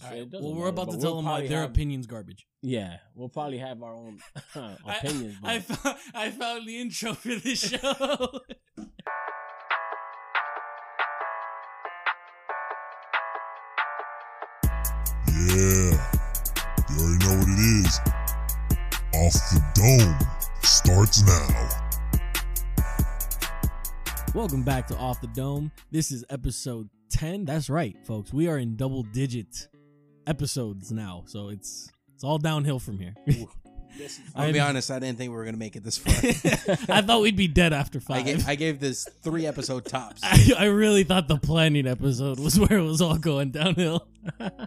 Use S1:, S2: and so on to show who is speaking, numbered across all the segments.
S1: So
S2: All right,
S1: it doesn't
S2: well, we're
S1: matter,
S2: about
S1: but
S2: to
S1: we'll
S2: tell them why
S1: probably
S2: their
S1: have-
S2: opinion's garbage.
S1: Yeah, we'll probably have our own uh,
S2: I-
S1: opinions. but
S2: I found, I found the intro for the show.
S3: Yeah. You already know what it is. Off the Dome starts now.
S2: Welcome back to Off the Dome. This is episode 10. That's right, folks. We are in double digit episodes now. So it's it's all downhill from here.
S1: this is-
S2: I-
S4: I'll be honest, I didn't think we were gonna make it this far.
S2: I thought we'd be dead after
S4: I
S2: five.
S4: gave, I gave this three episode tops.
S2: I, I really thought the planning episode was where it was all going downhill.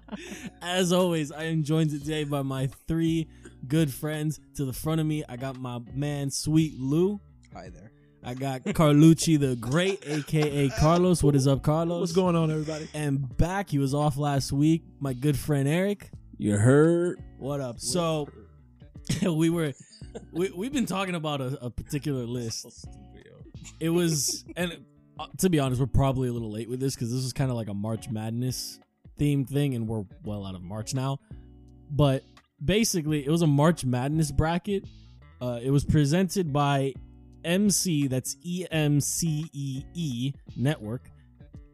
S2: As always, I am joined today by my three good friends. To the front of me, I got my man, Sweet Lou.
S4: Hi there.
S2: I got Carlucci the Great, aka Carlos. What is up, Carlos?
S5: What's going on, everybody?
S2: And back, he was off last week. My good friend Eric.
S1: you heard?
S2: What up? So we were, we, we've been talking about a, a particular list. It was, and uh, to be honest, we're probably a little late with this because this was kind of like a March Madness themed thing, and we're well out of March now. But basically, it was a March Madness bracket. Uh, it was presented by MC, that's E M C E E Network,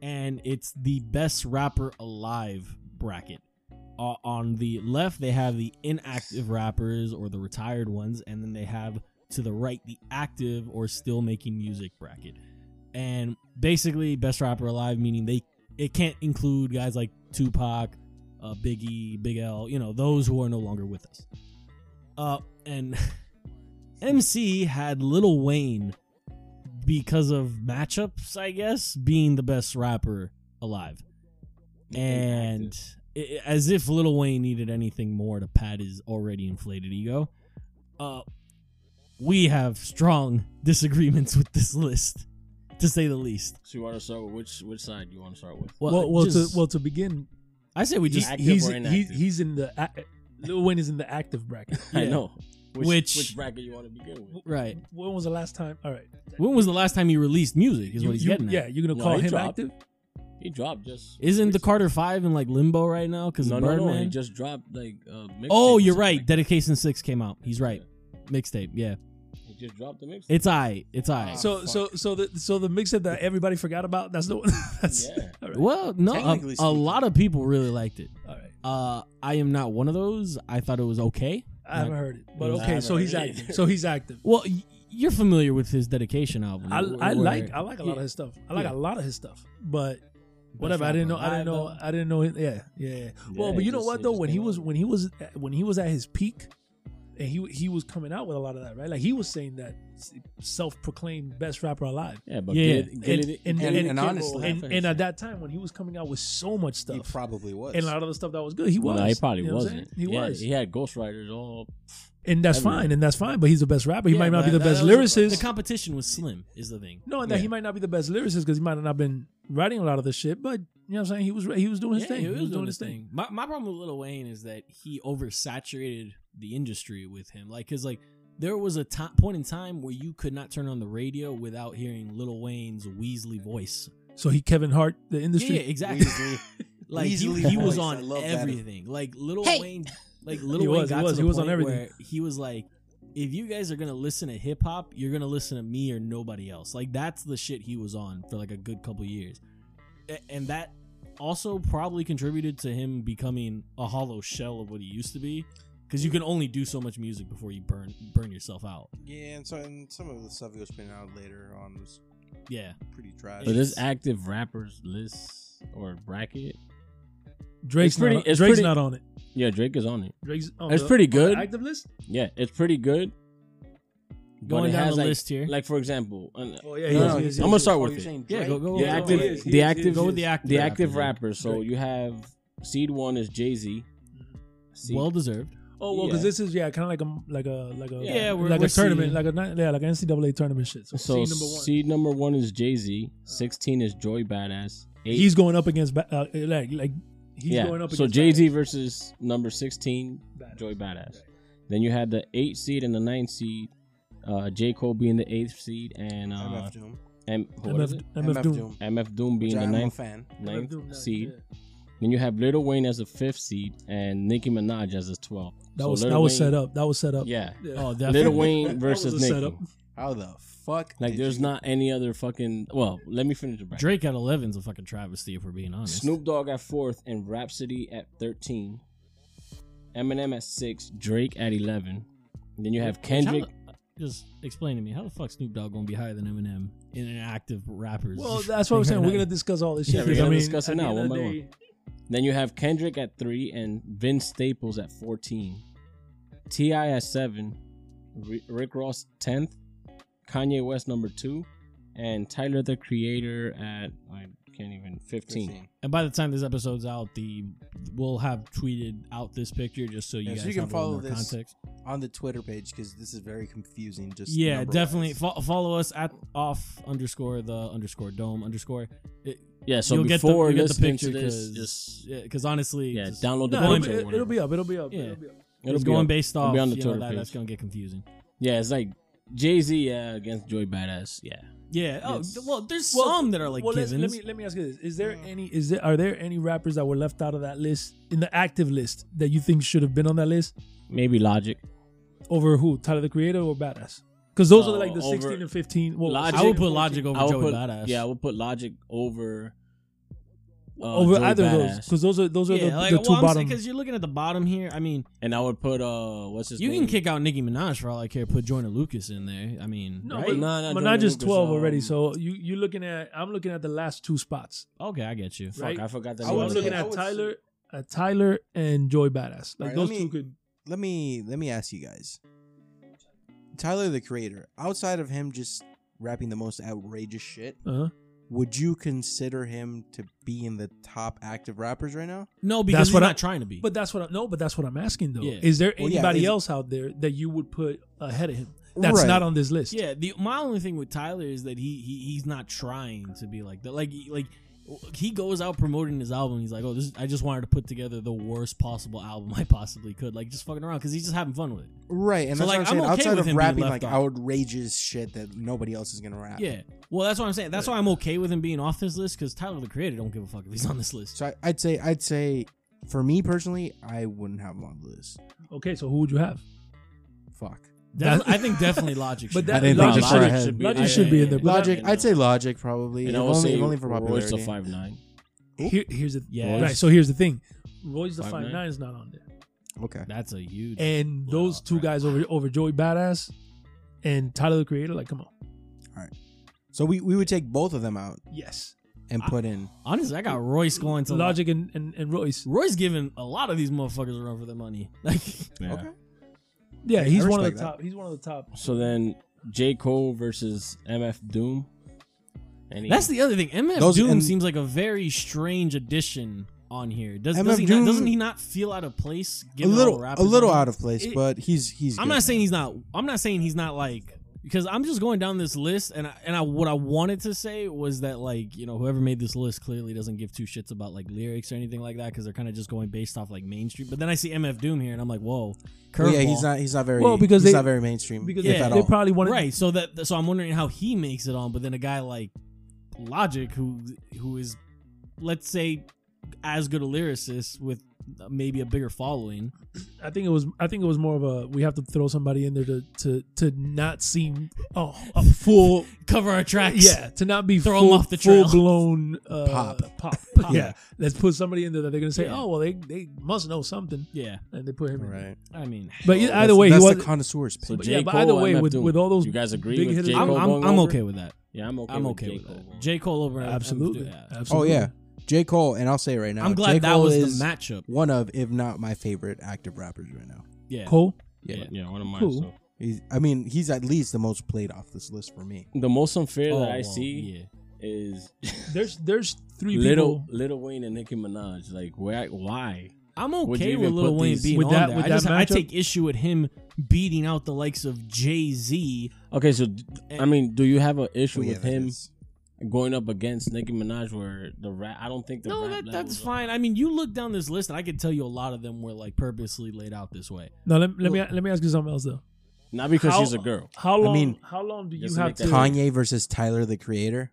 S2: and it's the best rapper alive bracket. Uh, on the left, they have the inactive rappers or the retired ones, and then they have to the right the active or still making music bracket and basically best rapper alive meaning they it can't include guys like tupac uh, biggie big l you know those who are no longer with us uh and mc had little wayne because of matchups i guess being the best rapper alive and i i- as if little wayne needed anything more to pat his already inflated ego uh we have strong disagreements with this list, to say the least.
S1: So you want to start with which which side you want to start with?
S5: Well, well,
S2: just-
S5: to well to begin,
S2: I say we
S5: he-
S2: just
S1: active
S5: he's
S1: or
S5: he,
S1: inactive?
S5: he's in the ac- Lil Wayne is in the active bracket.
S1: I
S2: yeah.
S1: know which,
S2: Which-
S1: which bracket you want to begin with.
S2: right.
S5: When was the last time? All right,
S2: When was the last time you released music? Is
S5: You-
S2: what he's
S5: you-
S2: getting at.
S5: Yeah, you're gonna
S1: No,
S5: call
S1: he
S5: him
S1: dropped.
S5: active.
S1: He dropped just
S2: Isn't the Carter Five in like limbo right now because
S1: No,
S2: of
S1: no,
S2: Birdman?
S1: no. He just dropped like. Uh,
S2: oh,
S1: mixtape or
S2: you're
S1: something
S2: right.
S1: like
S2: Dedication Six came out. He's right. Mixtape. Yeah,
S1: that. He just dropped the mixtape.
S2: it's I. It's I.
S1: Ah,
S5: So so so the so the mixtape that everybody forgot about. That's the one. That's
S1: Yeah.
S5: all right.
S2: well, no, a,
S4: Technically
S2: a
S4: speaking.
S2: lot of people really liked it.
S5: All right.
S2: Uh, I am not one of those. I thought it was okay.
S5: I haven't heard it, but
S2: I
S5: okay. So
S1: haven't
S5: he's
S1: heard it either.
S5: active. So he's active.
S2: Well, y- you're familiar with his dedication album.
S5: I, I
S2: Where-
S5: like I like a lot of
S2: Yeah.
S5: his stuff. I like
S2: Yeah.
S5: a lot of his stuff, but whatever. I
S1: rapper
S5: didn't know. I
S1: alive,
S5: didn't know.
S1: though.
S5: I didn't know. It, yeah, yeah, yeah. Well,
S1: Yeah,
S5: but
S1: it
S5: you know
S1: just-
S5: what
S1: it
S5: though?
S1: just
S5: When he
S1: came
S5: was
S1: out.
S5: when he was when he was at his peak, and he he was coming out with a lot of that, right? Like he was saying that self-proclaimed best rapper alive.
S1: Yeah, but
S2: Yeah,
S1: get it, get
S5: And,
S1: it,
S5: and,
S4: and-
S5: and,
S4: and honestly-
S5: and, and at that time when he was coming out with so much
S4: He
S5: stuff
S4: probably was.
S5: and a lot of the stuff that was good, he was.
S1: no, he probably
S5: You know what I'm
S1: wasn't.
S5: saying? He
S1: Yeah,
S5: was,
S1: He had ghostwriters all.
S5: and that's
S1: everywhere.
S5: fine, and that's fine. But he's the best rapper. He
S2: Yeah,
S5: might not be
S2: but
S5: the best
S2: that was- The
S5: lyricist.
S2: competition was slim, is the thing.
S5: No, and that he
S2: Yeah.
S5: might not be the best lyricist because he might not have been writing a lot of the shit, but you know what I'm saying? He was he was doing his
S2: Yeah,
S5: thing. He was, doing, his thing.
S2: My, my problem with Lil Wayne is that he oversaturated the industry with him. Like, cause like there was a to- point in time where you could not turn on the radio without hearing Lil Wayne's Weasley voice.
S5: So he Kevin Hart the
S2: Yeah,
S5: industry.
S2: yeah, exactly. like he,
S4: Weasley
S2: he was
S4: voice, I
S2: on
S4: love that.
S2: everything. Like Lil Wayne, like Lil
S5: He
S2: Wayne
S5: was, he
S2: got
S5: was,
S2: to the
S5: he was on
S2: point
S5: everything.
S2: where he was like, if you guys are gonna listen to hip hop, you're gonna listen to me or nobody else. Like that's the shit he was on for like a good couple years, A- and that also probably contributed to him becoming a hollow shell of what he used to be. Because you can only do so much music before you burn burn yourself out.
S4: yeah, and so and some of the stuff he was spinning out later on was
S2: Yeah,
S4: pretty trash.
S1: But this active rappers list or bracket.
S5: Drake's
S2: It's pretty-
S5: not,
S1: it's
S5: Drake's
S1: pretty-
S5: not on it.
S1: Yeah, Drake is on it.
S5: Drake's on
S1: It's
S5: the-
S1: pretty
S5: on the
S1: good.
S5: active list.
S1: Yeah, it's pretty good. but
S2: going
S1: it
S2: down
S1: has,
S2: the
S1: like-
S2: list here.
S1: Like for example, an-
S5: Oh
S1: No,
S5: yeah, is,
S1: no,
S5: he is, he
S1: I'm
S5: is.
S1: gonna start
S4: Oh,
S1: with
S4: you're
S1: it.
S4: saying
S2: yeah,
S4: Drake?
S2: go go
S1: The
S2: go-
S1: active-
S2: go with-
S1: the active-
S2: go with the active
S1: the active
S2: rapper.
S1: rapper. So you have Seed One is Jay Z.
S2: Well deserved.
S5: Oh well, because
S1: Yeah.
S5: this is yeah, kind of like a like a like a
S1: Yeah,
S2: we're-
S5: like
S2: we're
S5: a tournament,
S2: seeing-
S5: like a ni- yeah, like an NCAA tournament shit. So,
S1: so
S5: seed number one.
S1: seed number one is Jay Z. Sixteen is Joy Badass. Eight,
S5: he's going up against ba- uh, like like he's
S1: yeah.
S5: going up.
S1: so
S5: against
S1: Jay Z versus number sixteen,
S5: Badass.
S1: Joy Badass.
S5: Right.
S1: Then you had the eight seed and the nine seed. Uh, J Cole being the eighth seed, and uh,
S4: MF Doom.
S1: M- what is
S5: MF,
S1: it?
S5: MF Doom.
S1: MF Doom
S4: Which
S1: being the
S4: I'm a
S1: ninth
S4: fan.
S5: MF
S1: ninth
S5: Doom, nice,
S1: seed.
S5: yeah.
S1: Then you have Little Wayne as a fifth seed and Nicki Minaj as a 12th.
S5: That
S1: So
S5: was
S1: Lil
S5: that was
S1: Wayne-
S5: set up. That was set up.
S1: Yeah.
S2: Oh, definitely.
S1: Little Wayne
S5: That
S1: versus
S5: was a
S1: Nicki.
S5: setup.
S4: How the fuck?
S1: Like,
S4: did
S1: there's
S4: you-
S1: not any other fucking. Well, let me finish the bracket.
S2: Drake at 11 is a fucking travesty if we're being honest.
S1: Snoop Dogg at fourth and Rhapsody at 13. Eminem at six, Drake at 11. Then you have
S2: Which how
S1: Kendrick.
S2: the- Just explain to me how the fuck Snoop Dogg gonna be higher than Eminem in an active rappers?
S5: Well, that's what I'm
S2: They're
S5: saying. We're
S2: not-
S5: gonna discuss all this
S1: Yeah,
S5: shit.
S1: we're
S5: because, I
S1: gonna
S5: mean,
S1: discuss it
S5: at the
S1: now,
S5: end of
S1: one
S5: the
S1: by
S5: day,
S1: Then you have Kendrick at three and Vince Staples at 14. T.I. at seven, Ri- Rick Ross 10th, Kanye West number two, and Tyler the Creator at, I can't even, 15.
S2: And by the time this episode's out, the we'll have tweeted out this picture just so you
S4: Yeah, so
S2: guys
S4: you can
S2: have a little
S4: follow
S2: more
S4: this
S2: context.
S4: on the Twitter page because this is very confusing. Just
S2: yeah,
S4: number-wise.
S2: definitely fo- follow us at off underscore the underscore dome underscore.
S1: Yeah, so
S2: You'll get the-
S1: before
S2: you'll get the
S1: listening to
S2: picture
S1: this,
S2: 'cause-
S1: just,
S2: Because honestly,
S1: yeah,
S2: just-
S1: download the
S5: No,
S2: Going-
S5: it'll,
S1: picture.
S5: be,
S1: or
S5: it'll
S1: whatever.
S5: be up. It'll be up.
S2: Yeah.
S5: It'll be up.
S1: It'll
S2: it's
S1: be
S2: going
S1: up.
S2: based
S1: It'll
S2: off
S1: be on the
S2: you know,
S1: Twitter
S2: that,
S1: page.
S2: that's gonna get confusing.
S1: Yeah, it's like Jay Z yeah, against Joy Badass. Yeah.
S2: Yeah. Oh,
S1: Yes.
S2: well, there's
S5: Well,
S2: some that are like
S5: well, let's- let
S2: givens.
S5: me let me ask you this: Is there any is there are there any rappers that were left out of that list in the active list that you think should have been on that list
S1: Maybe Logic.
S5: over who Tyler the Creator or Badass? Because those
S1: Oh,
S5: are like the
S1: over-
S5: 16 and 15. Well,
S1: Logic-
S2: I would put
S5: 14.
S2: Logic over
S1: I would
S2: Joey
S1: put,
S2: Badass.
S1: Yeah, I would put Logic over uh,
S5: over
S1: Joey
S5: either of those
S1: Badass.
S5: because those are those are the,
S2: like,
S5: the
S2: well,
S5: two
S2: I'm
S5: bottom.
S2: Because you're looking at the bottom here. I mean,
S1: and I would put uh, what's his
S2: you
S1: name?
S2: can kick out Nicki Minaj for all I care. Put Joyner Lucas in there. I mean,
S5: No,
S2: right?
S5: but,
S1: Nah, nah,
S5: but
S1: Jordan
S5: not just
S1: Lucas,
S5: 12 already.
S1: um,
S5: So you you're looking at I'm looking at the last two spots.
S2: okay, I get you.
S1: Fuck,
S5: right?
S1: I forgot that.
S4: I
S5: So
S1: name
S5: I'm
S4: would
S1: of
S5: looking
S1: the-
S4: say- I
S5: at
S4: would
S5: Tyler, at Tyler and Joy Badass. Like
S4: Alright,
S5: those
S4: let
S5: two
S4: me-
S5: could.
S4: Let me let me ask you guys. Tyler the Creator, outside of him just rapping the most outrageous shit,
S5: Uh-huh.
S4: would you consider him to be in the top active rappers right now?
S2: No, because
S5: That's
S2: he's
S5: what
S2: not
S5: I-
S2: trying to be.
S5: But that's what I, no. But that's what I'm asking though.
S2: Yeah.
S5: Is there
S4: Well, yeah,
S5: anybody
S4: is-
S5: else out there that you would put ahead of him? That's
S4: Right.
S5: not on this list.
S2: yeah, the my only thing with Tyler is that he, he he's not trying to be like that. Like like he goes out promoting his album. He's like, oh, this I just wanted to put together the worst possible album I possibly could. Like just fucking around because he's just having fun with it.
S4: Right, and
S2: So,
S4: that's
S2: like,
S4: what I'm
S2: I'm
S4: saying.
S2: okay with
S4: outside
S2: him
S4: of
S2: being
S4: rapping
S2: left
S4: like
S2: off.
S4: outrageous shit that nobody else is gonna rap.
S2: Yeah. Well, that's what I'm saying. That's why I'm okay with him being off this list because Tyler the Creator don't give a fuck if he's on this list.
S4: So I, I'd say I'd say for me personally, I wouldn't have him on the list.
S5: Okay, so who would you have?
S4: Fuck.
S2: Def- I think definitely Logic.
S5: But
S2: should
S5: that-
S2: be.
S5: I didn't think
S1: Logic
S5: this far
S1: should-
S5: ahead.
S1: should be-
S5: Logic
S1: yeah,
S5: should be in
S1: yeah,
S5: there.
S1: yeah.
S4: Logic, I'd say Logic probably.
S1: And
S4: if
S1: I would
S4: only,
S1: say
S4: if only for
S1: Royce
S4: popularity.
S1: the five nine.
S5: Here, here's the
S2: Yeah.
S5: right. So here's the thing. Roy's the
S1: Five
S5: five
S1: nine.
S5: nine is not on there,
S4: Okay.
S2: That's a huge.
S5: and those
S2: Wow,
S5: two
S2: right.
S5: guys over over Joey Badass and Tyler the Creator. Like, come on.
S4: So we, we would take both of them out
S5: Yes.
S4: and put in.
S2: Honestly, I got Royce going to Logic.
S5: Logic and, and, and Royce.
S2: Royce giving a lot of these motherfuckers a run for their money. Like,
S1: Yeah.
S4: Okay.
S5: Yeah, he's one of the
S4: respect that.
S5: top. He's one of the top.
S1: So then J Cole versus MF Doom. Any,
S2: that's the other thing. MF
S4: Those-
S2: Doom
S4: and-
S2: seems like a very strange addition on here. Does,
S4: MF
S2: does he not,
S4: Doom-
S2: doesn't he not feel out of place?
S4: A
S2: given all
S4: little
S2: the
S4: a
S2: rappers
S4: little
S2: on here?
S4: out of place,
S5: It-
S4: but he's he's
S2: I'm
S4: good.
S2: not saying he's not. I'm not saying he's not like because I'm just going down this list and I, and I what I wanted to say was that like you know whoever made this list clearly doesn't give two shits about like lyrics or anything like that because they're kind of just going based off like Main Street. But then I see MF Doom here and I'm like, whoa,
S4: Well,
S2: curveball.
S4: yeah, he's not he's not very
S5: Well, because
S4: he's
S5: they-
S4: not very mainstream.
S5: Because
S4: if
S2: Yeah.
S4: at
S5: they
S4: all.
S5: probably wanted
S2: right. So that so I'm wondering how he makes it on. But then a guy like Logic who who is let's say as good a lyricist with maybe a bigger following.
S5: I think it was. I think it was more of a. We have to throw somebody in there to to to not seem oh, a full.
S2: Cover our tracks.
S5: Yeah, to not be
S2: Throw 'em
S5: full,
S2: off the trail.
S5: blown uh,
S4: Pop.
S5: pop.
S2: Pop.
S5: Yeah, let's put somebody in there that they're gonna say,
S2: Yeah.
S5: oh well, they they must know something,
S2: Yeah.
S5: and they put him in.
S4: Right.
S2: I mean,
S5: But
S4: Well,
S5: either
S4: Oh, that's-
S5: way, he
S4: that's
S5: was
S4: the connoisseur's pick.
S1: so
S5: but
S1: J.
S5: yeah, but
S1: Cole,
S5: either way,
S1: MF
S5: with-
S1: Doom.
S5: with all those
S1: you guys agree
S5: big
S1: with
S5: hitters-
S1: J.
S2: I'm,
S1: Cole
S2: I'm,
S1: going
S2: I'm
S1: over?
S2: okay with that.
S1: Yeah, I'm okay
S2: I'm
S1: with
S2: okay
S1: J.
S2: with
S1: Cole
S2: that.
S1: going.
S2: J. Cole over
S5: absolutely,
S2: Yeah.
S4: Oh
S5: absolutely.
S4: yeah. J. Cole, and I'll say it right now.
S2: I'm glad
S4: J.
S2: that
S4: Cole
S2: was
S4: is
S2: the matchup.
S4: one of, if not my favorite active rappers right now.
S2: Yeah.
S5: Cole.
S2: Yeah.
S1: Yeah, one of mine.
S5: Cool.
S1: so.
S4: He's, I mean, he's at least the most played off this list for me.
S1: The most unfair
S2: Oh,
S1: that I
S2: well,
S1: see
S2: yeah.
S1: is
S5: There's there's three
S1: Little
S5: people.
S1: Little Wayne and Nicki Minaj. Like, why? Why?
S2: I'm
S1: Would you
S2: okay
S1: even
S2: with Lil
S1: put
S2: Wayne
S1: these-
S2: being
S5: With
S2: on
S5: that-
S2: there.
S5: with
S2: I, just,
S5: that
S2: I
S5: matchup?
S2: take issue with him beating out the likes of Jay Z.
S1: Okay, so d- I mean, do you have an issue
S4: Oh, yeah,
S1: with
S4: that
S1: him
S4: is-
S1: going up against Nicki Minaj? Where the rap? I don't think the
S2: No,
S1: rap
S2: that, that's
S1: levels are-
S2: fine. I mean, you look down this list, and I can tell you a lot of them were like purposely laid out this way.
S5: No, let, let me let me ask you something else though.
S1: Not because
S5: How-
S1: she's a girl.
S5: How long?
S4: mean,
S5: how long do you
S1: just
S5: have
S1: make
S5: to?
S1: that-
S4: Kanye versus Tyler the Creator.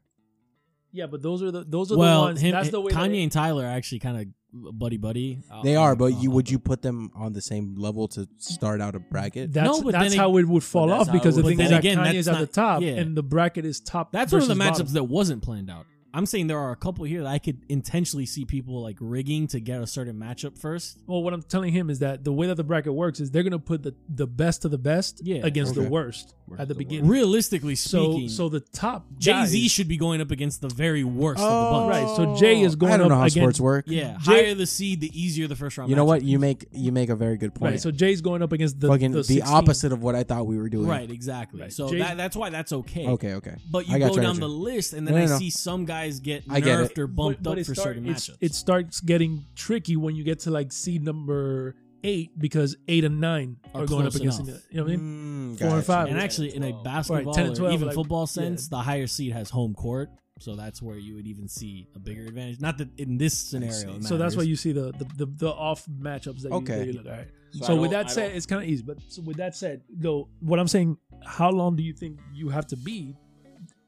S5: Yeah, but those are the those are the
S2: Well,
S5: ones.
S2: him,
S5: that's the way that-
S2: Kanye and Tyler are actually kind of buddy buddy. Um, uh, I'll-
S4: They are,
S2: I'll-
S4: but
S2: I'll-
S4: you
S2: I'll
S4: would
S2: do
S4: you put them on the same level to start out a bracket?
S5: That's,
S2: No, but
S5: that's
S2: then
S5: how it would fall
S1: that's
S5: off
S1: how
S5: because
S1: it
S5: the
S1: would-
S5: thing
S1: But
S5: is
S2: then
S5: that
S2: again,
S5: Kanye's
S2: that's
S5: at the
S2: not-
S5: top
S2: yeah.
S5: and the bracket is top.
S2: That's one of the
S5: versus
S2: matchups
S5: bottom.
S2: that wasn't planned out. I'm saying there are a couple here that I could intentionally see people like rigging to get a certain matchup first.
S5: Well, what I'm telling him is that the way that the bracket works is they're gonna put the, the best of the best
S2: Yeah.
S5: against
S4: Okay.
S5: the worst
S1: Versus
S5: at the
S1: the
S5: beginning.
S2: Realistically
S5: So
S2: speaking,
S5: so the top
S2: Jay Z
S5: guys- Oh,
S2: should be going up against the very worst of the bunch.
S5: Right, so Jay is going
S4: Oh. I don't know
S5: up
S4: how
S5: against-
S4: sports work.
S2: Yeah,
S5: Jay-
S2: higher the seed, the easier the first round.
S4: You know what?
S2: matchup
S4: You
S2: is.
S4: make you make a very good point.
S5: right. So Jay's going up against the
S4: Fucking
S5: the
S4: the,
S5: 16.
S4: opposite of what I thought we were doing.
S2: right exactly.
S5: Right.
S2: So
S5: Jay-
S2: that, that's why that's okay.
S4: Okay. Okay.
S2: But you
S4: I got
S2: go
S4: you, I got
S2: down
S4: you.
S2: the list, and then
S4: No, no,
S2: I
S4: no.
S2: see some guys get
S4: I get
S2: nerfed
S4: it.
S2: or bumped
S5: But- but
S2: up
S5: it
S2: for
S5: start-
S2: certain
S5: it's-
S2: matchups.
S5: It starts getting tricky when you get to like seed number eight because eight and nine
S2: Are
S5: are, going up
S2: close
S5: against.
S2: enough.
S5: each other. You know what I mean?
S4: Mm,
S5: Four and
S4: gotcha.
S5: five.
S2: and
S5: Right.
S2: actually, in a
S1: 12.
S2: basketball
S5: 10 and
S2: or
S5: 12,
S2: even
S5: like-
S2: football sense, the higher seed has home court, so that's where you would even see a bigger advantage. Not that in this
S4: see.
S2: scenario, it
S5: So that's why
S2: matters.
S5: you see the the, the, the off matchups that you-
S4: Okay.
S5: that you look at. Right.
S1: So
S5: So,
S1: I
S5: with
S1: don't-
S5: that
S1: I
S5: said,
S1: don't-
S5: it's kind of easy. But so with that said, though, what I'm saying, how long do you think you have to be?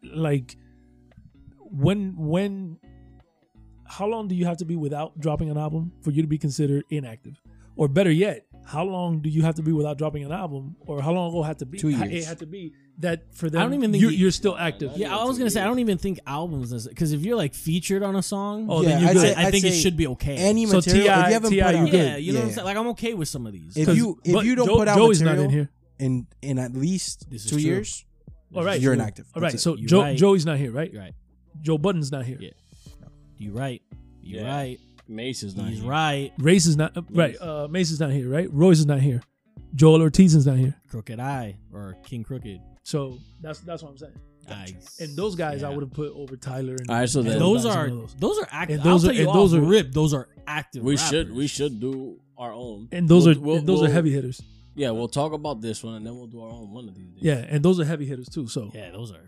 S5: Like, when when, how long do you have to be without dropping an album for you to be considered inactive? Or better yet, how long do you have to be without dropping an album? Or how long ago had to be?
S4: Two
S5: ha-
S4: years.
S5: It had to be that for them.
S2: don't even think
S5: you're,
S2: you-
S5: you're still active.
S2: Yeah, I was gonna say I don't even think albums because if you're like featured on a song,
S5: Oh,
S4: Yeah,
S5: then you
S4: I'd
S2: I,
S5: good.
S4: say-
S2: I
S4: I'd
S2: think it
S4: say
S2: should be okay.
S4: Any
S5: So
S4: material. if
S5: TI
S4: you haven't
S5: TI
S4: put
S5: you
S4: out,
S5: good.
S2: yeah, you know what I'm saying. Like I'm okay with some of these.
S4: If
S5: 'Cause-
S4: you if
S5: but
S4: you don't
S5: Joe-
S4: put out
S5: Joey's
S4: material
S5: not in here.
S4: in in at least
S2: This is
S4: two
S2: true.
S4: years,
S5: All right,
S4: you're
S5: so-
S4: inactive.
S5: All
S4: That's
S5: right,
S4: it.
S5: so
S2: You're
S5: Joe
S2: right.
S5: Joey's not here, right?
S2: You're right.
S5: Joe Budden's not here.
S2: Yeah. You right. You
S1: Yeah.
S2: right.
S1: Mace is not
S2: He's
S1: here.
S2: right.
S5: Race is not uh, right. Uh, Mace is not here, right? Royce is not here. Joel Ortiz is not here.
S2: Crooked Eye or King Crooked.
S5: So that's that's what I'm saying.
S2: Eye.
S5: And those guys, I
S2: Yeah.
S5: would have put over Tyler. And,
S1: All right, so
S5: and
S1: then-
S2: Those
S5: guys
S2: are
S5: in those.
S2: those are active.
S5: And those
S2: I'll
S5: are-
S2: tell you
S5: and those
S2: off
S5: are-
S2: rip. Those are active.
S1: We should
S2: rappers.
S1: we should do our own.
S5: and those
S1: We'll-
S5: are
S1: we'll-
S5: and those
S1: we'll-
S5: are heavy hitters.
S1: Yeah, we'll talk about this one and then we'll do our own one of these days.
S5: Yeah, and those are heavy hitters too. So
S2: Yeah, those are.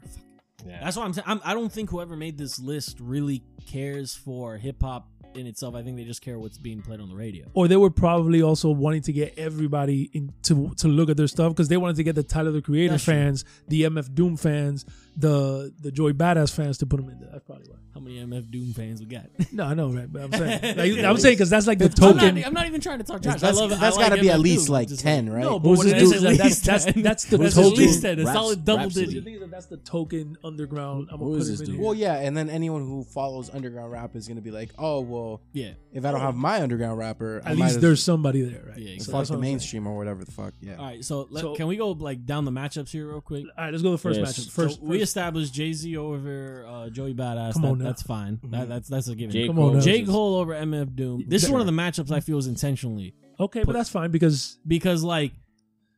S1: Yeah.
S2: That's why I'm saying I'm, I don't think whoever made this list really cares for hip hop in itself. I think they just care what's being played on the radio.
S5: or they were probably also wanting to get everybody in to to look at their stuff because they wanted to get the Tyler the Creator
S2: That's true.
S5: fans, the MF Doom fans, the the Joy Badass fans to put them in there. That's probably why.
S2: How many MF Doom fans we got?
S5: No, I know, right? But I'm saying, like, I'm saying because that's like the
S2: I'm
S5: token.
S2: not, e, I'm not even trying to talk trash.
S4: That's,
S2: I love.
S4: that's
S2: got to
S4: be at least like ten, right?
S5: No, but
S2: Who's
S5: what
S2: this
S5: it is
S2: dude?
S5: is that
S2: At
S5: that's,
S2: least
S5: that's,
S2: ten.
S5: that's the
S1: Who's
S2: That's
S1: this
S2: at
S1: token.
S2: least
S5: token.
S2: ten. A
S1: Raps-
S2: solid double
S1: Rhapsody.
S5: The
S2: digit.
S5: thing is that that's the token underground. I'm
S1: Who
S5: gonna
S1: is
S5: put
S1: this
S5: him
S1: dude?
S5: in
S4: well,
S5: here.
S4: yeah, and then anyone who follows underground rap is gonna be like, oh well,
S2: Yeah.
S4: if I don't have my underground rapper, I
S5: At
S4: might
S5: least
S4: as-
S5: there's somebody there, right?
S2: Yeah,
S4: fuck
S5: So that's
S4: the
S5: what I'm saying.
S4: mainstream or whatever the fuck. Yeah.
S2: All right. So, let,
S5: So-
S2: can we go like down the matchups here real quick?
S5: All right, let's go to the first
S1: Yes.
S5: matchup. First,
S2: So we
S5: first-
S2: established Jay Z over uh, Joey Badass.
S5: Come
S2: That-
S5: on now.
S2: that's fine. That, that's that's a given.
S1: J.
S5: Come on
S1: Cole
S5: now.
S1: versus-
S2: J. Cole over MF Doom. This is one of the matchups I feel is intentionally
S5: okay, but that's fine because
S2: because like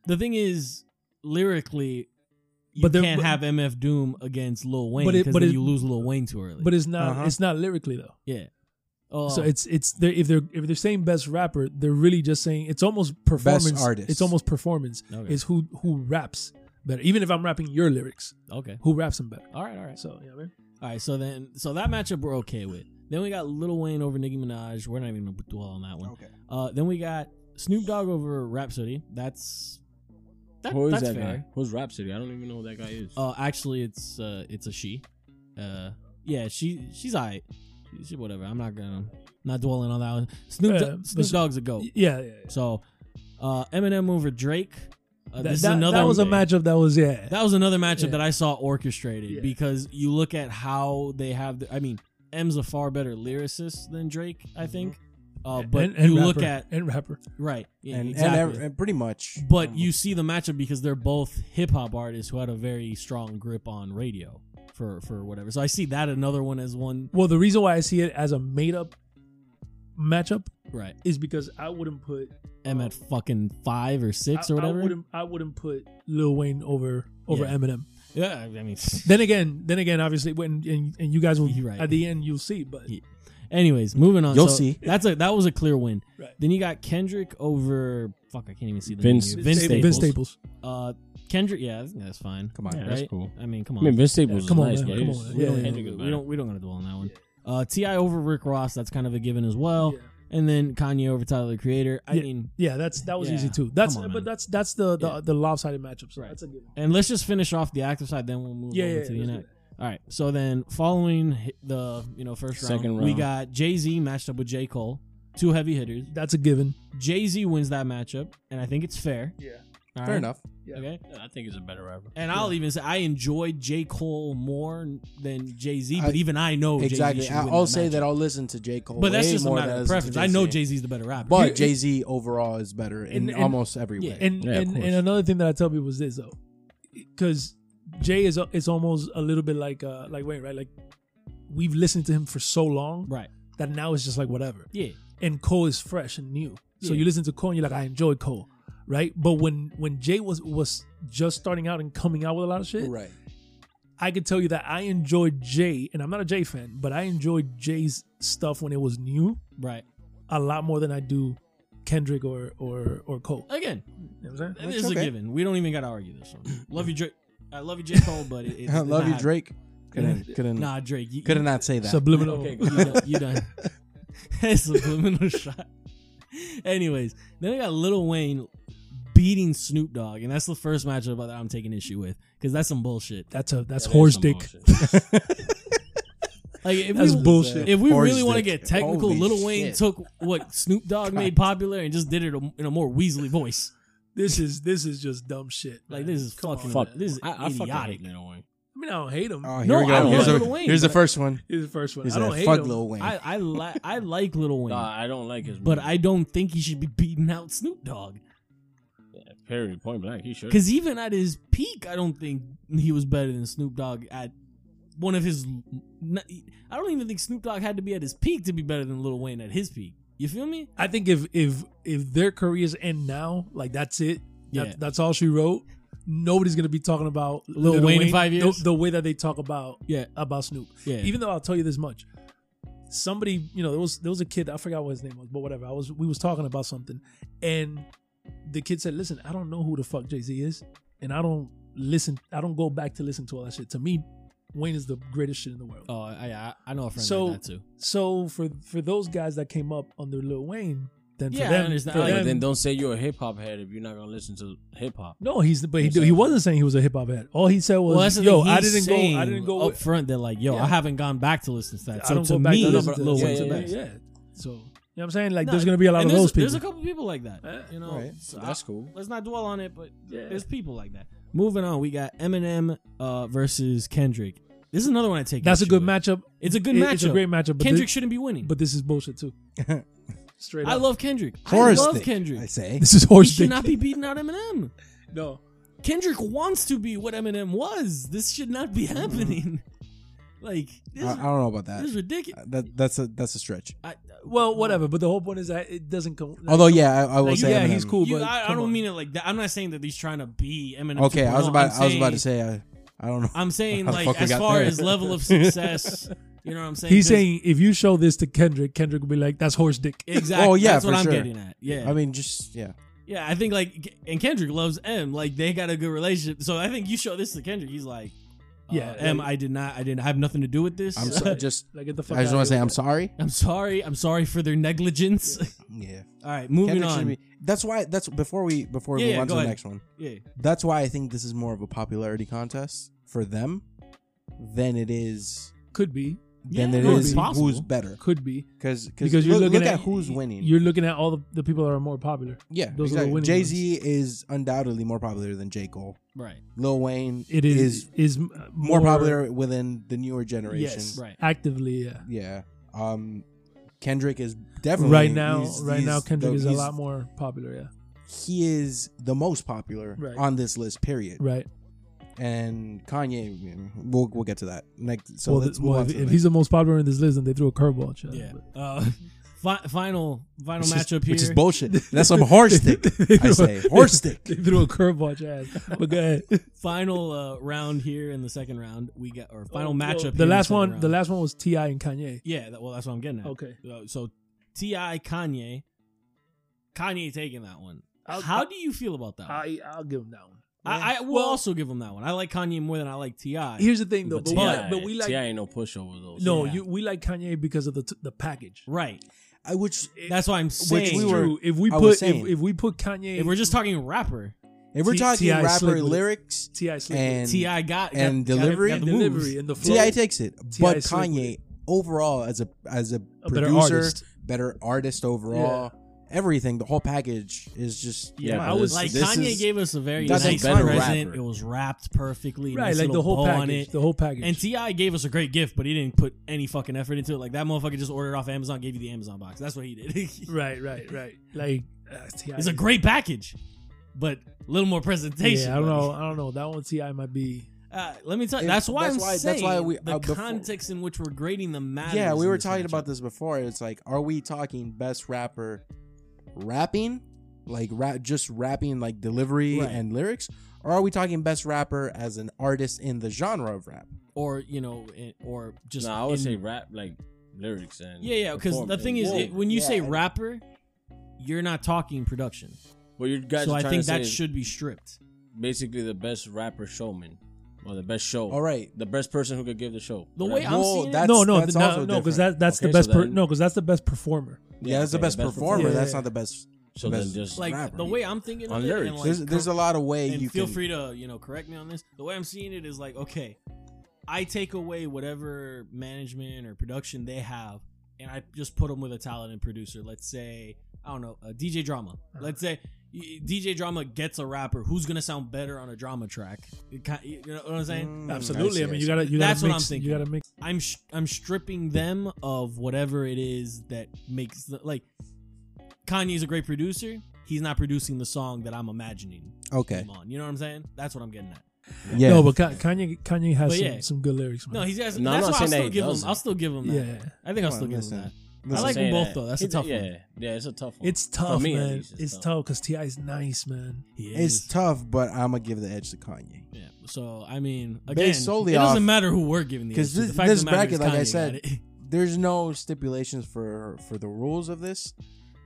S2: the thing is lyrically, you
S5: But there-
S2: can't
S5: but-
S2: have MF Doom against Lil Wayne
S5: But it-
S2: because
S5: but
S2: then
S5: it-
S2: you lose Lil Wayne too early.
S5: but it's not
S4: Uh-huh.
S5: it's not lyrically though.
S2: yeah, oh,
S5: So it's it's they're, if they're if they're saying best rapper, they're really just saying it's almost performance.
S4: artist.
S5: It's almost performance.
S2: Okay.
S5: Is who who raps better? Even if I'm rapping your lyrics,
S2: okay.
S5: who raps them better?
S2: All right, all right,
S5: So you know what I mean?
S2: all right. So then, so that matchup we're okay with. Then we got Lil Wayne over Nicki Minaj. We're not even gonna dwell on that one.
S4: Okay.
S2: Uh, then we got Snoop Dogg over Rhapsody. That's that,
S1: Who is
S2: that's
S1: that
S2: fair.
S1: guy? Who's Rhapsody? I don't even know who that guy is.
S5: Oh,
S2: Uh, actually, it's uh, it's a she. Uh, yeah, she she's alright. She, she whatever. I'm not gonna not dwelling on that one. Snoop
S5: Yeah,
S2: Do- Snoop
S5: but-
S2: Dogg's a go.
S5: Yeah, yeah. yeah.
S2: So, uh, Eminem over Drake. Uh,
S5: that,
S2: this
S5: that-
S2: is another.
S5: that was a
S1: one.
S5: matchup that was yeah.
S2: That was another matchup
S5: Yeah.
S2: that I saw orchestrated
S5: Yeah.
S2: because you look at how they have. The, I mean, M's a far better lyricist than Drake, I think. Uh, but
S5: Mm-hmm. and, and
S2: you
S5: rapper,
S2: look at
S5: and rapper.
S2: right, yeah,
S4: and,
S2: exactly.
S4: and, ev- and pretty much.
S2: But
S5: Mm-hmm.
S2: you see the matchup because they're both hip hop artists who had a very strong grip on radio for for whatever. So I see that another one as one
S5: Well, the reason why I see it as a made up matchup
S2: right.
S5: is because I wouldn't put
S2: M at fucking five or six
S5: I,
S2: or
S5: I
S2: whatever.
S5: wouldn't I wouldn't put Lil Wayne over over
S2: Yeah.
S5: Eminem.
S2: yeah, I mean.
S5: Then again, then again, obviously when and, and you guys will
S2: You're right.
S5: at the end you'll see, but
S2: Yeah. Anyways, moving on.
S4: You'll
S2: So
S4: see.
S2: That's a that was a clear win.
S5: Right.
S2: Then you got Kendrick over fuck. I can't even see the
S1: Vince-
S2: name here.
S1: Vince
S5: Vince
S1: Staples.
S5: Staples.
S2: Uh, Kendrick. Yeah, I think that's fine.
S4: Come on,
S1: Yeah,
S2: right?
S1: that's cool.
S2: I mean, come
S1: I
S2: on.
S1: mean, Vince Staples
S5: Yeah, come on,
S1: is nice,
S5: man,
S1: but
S5: come
S1: it's-
S5: on,
S2: we,
S5: yeah,
S2: don't,
S5: yeah,
S1: Kendrick is
S2: we
S1: better.
S2: don't we don't gotta dwell on that one. Uh, Ti over Rick Ross. That's kind of a given as well.
S5: Yeah.
S2: And then Kanye over Tyler the Creator. I
S5: Yeah.
S2: mean,
S5: Yeah, that's that was
S2: Yeah.
S5: easy too. That's
S2: Come on, man.
S5: but that's that's the the,
S2: Yeah.
S5: the lopsided matchup. So
S2: Right.
S5: that's a good one.
S2: and let's just finish off the active side. Then we'll move
S5: Yeah,
S2: over
S5: yeah,
S2: to the
S5: let's do
S2: next. All right. So then, following hi- the you know first round,
S1: Second
S2: we
S1: round.
S2: got Jay Z matched up with J Cole. two heavy hitters.
S5: That's a given.
S2: Jay Z wins that matchup, and I think it's fair.
S5: Yeah.
S2: All
S4: Fair
S2: right?
S4: enough.
S5: Yeah.
S2: Okay.
S1: I think he's a better rapper.
S2: And I'll even say I enjoyed J. Cole more than Jay Z, but
S4: I-
S2: even I know Oh, Jay-Z
S4: exactly.
S2: should
S4: I,
S2: win
S4: I'll say
S2: matchup.
S4: that I'll listen to J. Cole.
S2: but that's
S4: way
S2: just a
S4: more
S2: matter
S4: than
S2: of
S4: listen to
S2: preference. I know
S4: Jay-Z.
S2: Jay Z's the better rapper.
S4: But
S5: You-
S4: Jay Z overall is better in,
S5: And- and-
S4: almost every way.
S5: And
S1: Yeah, of
S5: and,
S1: course.
S5: and another thing that I tell people is this though, because Jay is it's almost a little bit like uh like Wayne, right? Like we've listened to him for so long
S2: right,
S5: that now it's just like whatever.
S2: yeah,
S5: And Cole is fresh and new, so
S2: Yeah.
S5: you listen to Cole and you're like, I enjoy Cole, right? But when when Jay was was just starting out and coming out with a lot of shit,
S4: right.
S5: I could tell you that I enjoyed Jay, and I'm not a Jay fan, but I enjoyed Jay's stuff when it was new
S2: right.
S5: a lot more than I do Kendrick or or or Cole.
S2: Again,
S5: You know what I'm saying?
S2: this is a
S4: okay.
S2: given. We don't even got to argue this one. Love you, Drake. I love you, J. Cole, but it, it,
S4: I love you,
S2: nah,
S4: Drake. Couldn't couldn't
S2: Nah, Drake, you,
S4: couldn't not say that.
S5: Subliminal.
S2: Okay, you done. You done. it's a subliminal shot. Anyways, then I got Lil Wayne beating Snoop Dogg, and that's the first matchup that I'm taking issue with because that's some bullshit.
S5: That's a that's
S1: That is
S5: horse
S1: some
S5: dick.
S1: bullshit.
S2: Like if
S5: That's
S2: we,
S5: bullshit.
S2: if we
S4: Horse
S2: really want to
S4: dick.
S2: get technical,
S4: Holy
S2: Lil Wayne
S4: shit.
S2: took what Snoop Dogg made popular and just did it in a more Weasley voice.
S5: This is this is just dumb shit.
S2: Like
S5: man.
S2: this is
S5: Come on,
S2: fucking
S5: man.
S1: Fuck.
S2: this is
S1: I, I
S2: idiotic.
S1: fucking hate Lil Wayne.
S5: I mean, I don't hate him.
S4: Oh, here
S2: No,
S4: we
S2: I
S4: go.
S2: don't
S4: Here's,
S2: like
S4: the-
S2: Lil Wayne,
S4: here's the
S2: but-
S4: first one.
S5: He's the first one.
S4: He's
S5: I don't
S4: a
S5: hate
S4: fuck
S5: him.
S4: Lil Wayne.
S2: I I, li- I like Lil Wayne,
S1: Nah, I don't like his.
S2: but
S1: music.
S2: I don't think he should be beating out Snoop Dogg.
S1: Yeah, period. Point blank. He should.
S2: Because even at his peak, I don't think he was better than Snoop Dogg at one of his. I don't even think Snoop Dogg had to be at his peak to be better than Lil Wayne at his peak. You feel me?
S5: I think if if if their careers end now, like that's it. That,
S2: Yeah.
S5: That's all she wrote. Nobody's gonna be talking about
S2: Lil Wayne in five
S5: the-
S2: years?
S5: The, way that they talk about
S2: Yeah.
S5: about Snoop.
S2: Yeah.
S5: Even though I'll tell you this much, somebody you know there was there was a kid I forgot what his name was, but whatever. I was we was talking about something, and the kid said, "Listen, I don't know who the fuck Jay Z is, and I don't listen. I don't go back to listen to all that shit. To me, Wayne is the greatest shit in the world."
S2: oh, I, I I know a friend
S5: So-
S2: like that too.
S5: So for for those guys that came up under Lil Wayne, then
S2: Yeah, I
S5: for them,
S2: understand.
S5: for
S2: Like,
S1: But
S5: them-
S1: then don't say you're a hip hop head if you're not gonna listen to hip hop.
S5: no, he's but he,
S1: Exactly.
S5: he wasn't saying he was a hip hop head. All he said was,
S2: Well, that's the
S5: "Yo,
S2: thing.
S5: I
S2: He's
S5: didn't go. I
S2: saying
S5: didn't go.
S2: up front. They're like, yo,
S5: Yeah.
S2: I haven't gone back to listen to that.
S5: I
S2: So
S5: don't
S2: to
S5: go back
S2: me,
S5: to
S1: No,
S5: listen
S1: but-
S5: to
S2: Lil
S5: this.
S1: yeah,
S2: Wayne's
S1: yeah,
S2: the
S1: yeah,
S2: best.
S5: Yeah. So you know what I'm saying? Like,
S2: No,
S5: there's gonna be a lot
S2: and
S5: of
S2: there's-
S5: those people.
S2: There's a couple people like that.
S5: Eh,
S2: You know,
S4: alright.
S2: so I-
S1: That's cool.
S2: let's not dwell on it, but
S5: Yeah.
S2: there's people like that. Moving on, we got Eminem uh, versus Kendrick. This is another one I take.
S5: That's a
S2: issue
S5: good
S2: with.
S5: matchup.
S2: It's a good
S5: It-
S2: matchup.
S5: It's a great matchup. But
S2: Kendrick
S5: thi-
S2: shouldn't be winning. But
S5: but this is bullshit too. Straight
S2: I
S5: up.
S2: love Kendrick.
S4: Horse
S2: I love
S4: dick,
S2: Kendrick.
S4: I say.
S5: this is
S2: He
S5: horse
S2: should
S5: dick.
S2: not be beating out Eminem.
S5: no.
S2: Kendrick wants to be what Eminem was. This should not be happening. like
S4: I,
S2: this,
S4: Mm-hmm. I don't know about
S2: this is
S4: that.
S2: ridiculous.
S4: That that's a that's a stretch.
S2: I,
S5: Well, whatever. But the whole point is that it doesn't come.
S4: Although yeah, I, I will
S2: Like,
S4: say
S5: yeah,
S4: Eminem.
S5: he's cool.
S2: you,
S5: but
S2: I, I
S5: come
S2: don't
S5: on.
S2: mean it like that. I'm not saying that he's trying to be Eminem.
S4: Okay, I was
S2: 2.0.
S4: about
S2: I'm
S4: I was
S2: saying-
S4: about to say I, I don't know.
S2: I'm saying
S4: How the
S2: like
S4: fuck we
S2: as
S4: got
S2: far
S4: there?
S2: as level of success, you know what I'm saying.
S5: He's
S2: 'Cause-
S5: saying if you show this to Kendrick, Kendrick will be like, "That's horse dick."
S2: exactly.
S4: Oh, yeah,
S2: that's what
S4: for
S2: I'm
S4: sure.
S2: getting at. Yeah,
S4: I mean, just yeah.
S2: yeah. I think like and Kendrick loves M. Like they got a good relationship. So I think you show this to Kendrick. He's like, uh,
S5: Yeah,
S2: M.
S5: like-
S2: I did not. I didn't have nothing to do with this.
S4: I'm so, just
S5: Like get the fuck.
S4: I just
S5: outta
S4: want to
S5: here
S4: say I'm
S5: with
S4: sorry.
S2: I'm sorry. I'm sorry for their negligence.
S4: Yeah.
S2: All right, moving
S4: Kendrick
S2: on.
S4: shouldn't be- that's why that's before we before we
S2: Yeah,
S4: move
S2: yeah,
S4: on
S2: go
S4: to the
S2: ahead.
S4: next one.
S2: yeah,
S4: That's why I think this is more of a popularity contest for them than it is
S5: that. Could be.
S4: than
S2: Yeah,
S4: it
S2: no,
S4: is
S5: it's
S2: possible.
S4: who's better.
S5: Could be.
S4: Cause, 'cause
S5: because you're
S4: look,
S5: looking
S4: look
S5: at,
S4: at, who's winning.
S5: You're looking at all the, the people that are more popular.
S4: yeah,
S5: those are the winning
S4: Jay Z is undoubtedly more popular than J Cole.
S2: right,
S4: Lil Wayne
S5: It is is, m-
S4: more, popular within the newer generation.
S5: Yes,
S2: Right.
S5: Actively, yeah.
S4: Yeah. Um, Kendrick is definitely
S5: right now,
S4: he's-
S5: right
S4: he's
S5: now, Kendrick
S4: the-
S5: is a
S4: he's-
S5: lot more popular. Yeah.
S4: He is the most popular
S5: Right.
S4: on this list. Period.
S5: Right.
S4: And Kanye, we'll we'll get to that next. So
S5: well,
S4: let's
S5: th-
S4: move
S5: well,
S4: on.
S5: if,
S4: to the
S5: if
S4: next.
S5: he's the most popular in this list, then they threw a curveball at you.
S2: yeah. Uh, fi- final, final
S4: Which is-
S2: matchup here.
S4: Which is bullshit. That's some horse dick. I say horse dick.
S5: They threw a curveball at your ass. But go ahead.
S2: final uh, round here in the second round. We got or final
S4: Oh,
S2: matchup. here in
S5: The last
S2: second
S5: one. The
S2: round.
S5: last one was Ti and Kanye.
S2: Yeah, that, well, that's what I'm getting at.
S5: Okay.
S2: Uh, So Ti Kanye, Kanye taking that one.
S5: I'll-
S2: How
S5: I'll-
S2: do you feel about that? one?
S5: I I'll give him that one.
S2: I, I will
S5: well-
S2: also give him that one. I like Kanye more than I like Ti.
S5: Here's the thing, though. But,
S1: Ti,
S5: we like, but we like
S1: Ti ain't no pushover though. so-
S5: no.
S2: yeah.
S5: You we like Kanye because of the t- the package.
S2: Right.
S4: I, which
S2: That's why I'm
S4: Which
S2: saying.
S4: we
S5: It's
S4: were-
S5: true. If we
S4: I was
S5: put if,
S4: saying.
S5: if we put Kanye,
S2: if we're just talking rapper,
S4: if we're
S5: T-
S4: talking
S5: T.I. slick
S4: rapper
S5: with it.
S4: lyrics,
S5: Ti Slick
S4: and
S2: Ti got got-
S4: and
S2: got-
S4: delivery?
S2: got the moves.
S5: delivery and the flow.
S4: Ti takes it,
S5: T.I.
S4: but
S5: slick with
S4: Kanye
S5: it.
S4: overall as a as a,
S5: a better
S4: producer,
S5: artist.
S4: better artist overall. Everything, the whole package is just
S1: Yeah,
S4: wow,
S5: I
S1: but
S5: was-
S1: this-
S2: Like
S1: this
S2: Kanye
S1: is-
S2: gave us a very
S4: That's a
S2: nice
S4: better
S2: present.
S1: rapper.
S2: It was wrapped perfectly,
S5: right,
S2: nice
S5: like the
S2: little
S5: whole
S2: bow on
S5: package.
S2: it.
S5: The whole package.
S2: And Ti gave us a great gift, but he didn't put any fucking effort into it. Like that motherfucker just ordered off Amazon, gave you the Amazon box. That's what he did.
S5: right, right, right. Like uh, Ti.
S2: it's a great package, but a little more presentation.
S5: Yeah, I don't
S2: buddy.
S5: know. I don't know. That one Ti might be.
S2: Uh, let me tell you.
S4: It-
S2: That's why
S4: that's
S2: I'm
S4: why-
S2: saying
S4: that's why we-
S2: the
S4: uh, before-
S2: context in which we're grading the matter.
S4: yeah, we were talking about this before. It's like, are we talking best rapper rapping, like rap, just rapping, like delivery
S2: Right.
S4: and lyrics, or are we talking best rapper as an artist in the genre of rap?
S2: or you know, in- or just.
S1: no, I would
S2: in-
S1: say rap like lyrics and
S2: Yeah, yeah. Because the
S1: performance.
S2: thing is,
S4: Whoa,
S2: it, when you say
S4: yeah.
S2: rapper, you're not talking production.
S1: what you guys
S2: so
S1: are
S2: I
S1: trying
S2: think
S1: to say
S2: that
S1: is
S2: should be stripped.
S1: basically the best rapper showman or the best show.
S4: All right,
S1: the best person who could give the show.
S2: The
S1: Whatever.
S2: way I'm
S4: Well,
S2: seeing it,
S4: that's-
S5: no, no,
S4: that's
S5: no,
S4: also
S5: no, because
S4: different.
S5: that, that's the
S1: Okay,
S5: best.
S1: so
S5: per-
S1: then-
S5: no, because that's the best performer.
S4: yeah, that's the
S1: okay,
S4: best, performer.
S5: performer.
S4: That's
S5: Yeah.
S4: not the best.
S1: So
S4: the
S1: then
S4: best
S1: just
S2: like
S4: rapper.
S2: the way I'm thinking
S1: On
S2: of it,
S1: lyrics.
S2: and, like,
S4: there's, there's a lot of way
S2: and
S4: you
S2: feel
S4: can.
S2: free to you know correct me on this. The way I'm seeing it is like, okay, I take away whatever management or production they have, and I just put them with a talented producer. Let's say I don't know a DJ Drama.
S4: Uh-huh.
S2: Let's say y- DJ Drama gets a rapper who's gonna sound better on a drama track. It ki- You know what I'm saying?
S4: Mm,
S5: Absolutely. I,
S4: see,
S5: mean,
S4: see.
S5: you gotta, you gotta
S2: That's what
S5: mix,
S2: I'm thinking.
S5: You gotta mix.
S2: I'm sh- I'm stripping them of whatever it is that makes the, like Kanye's a great producer. He's not producing the song that I'm imagining
S4: Okay.
S2: him on. You know what I'm saying? That's what I'm getting at.
S4: Yeah.
S5: No, but Ka- Kanye, Kanye has
S2: But
S5: some,
S2: yeah.
S5: some good lyrics. Man.
S2: No, he's has.
S1: No, I'm
S2: that's
S1: not
S2: why I'll
S1: saying that
S2: still
S1: he
S2: give him.
S1: doesn't.
S2: I'll still give him that.
S5: yeah,
S2: I think I'll
S4: Come
S2: still
S4: on,
S2: give
S4: listen.
S2: him
S1: I'm
S2: I like
S1: saying
S2: them both,
S1: that.
S2: though. That's a
S1: It's-
S2: tough
S1: yeah,
S2: one.
S1: Yeah, it's a tough one.
S5: it's tough,
S1: me, at
S5: man.
S1: least,
S5: It's,
S1: it's tough.
S5: tough because Ti is nice, man.
S2: that. He
S4: it's
S2: is.
S4: tough, but I'm gonna give the edge to Kanye.
S2: Yeah. So I mean, again,
S4: Based solely
S2: it
S4: off-
S2: doesn't matter who we're giving the
S4: 'Cause
S2: edge to.
S4: this-
S2: The fact of
S4: this
S2: the matter
S4: bracket,
S2: is
S4: like I
S2: Kanye got
S4: said,
S2: it.
S4: There's no stipulations for for the rules of this.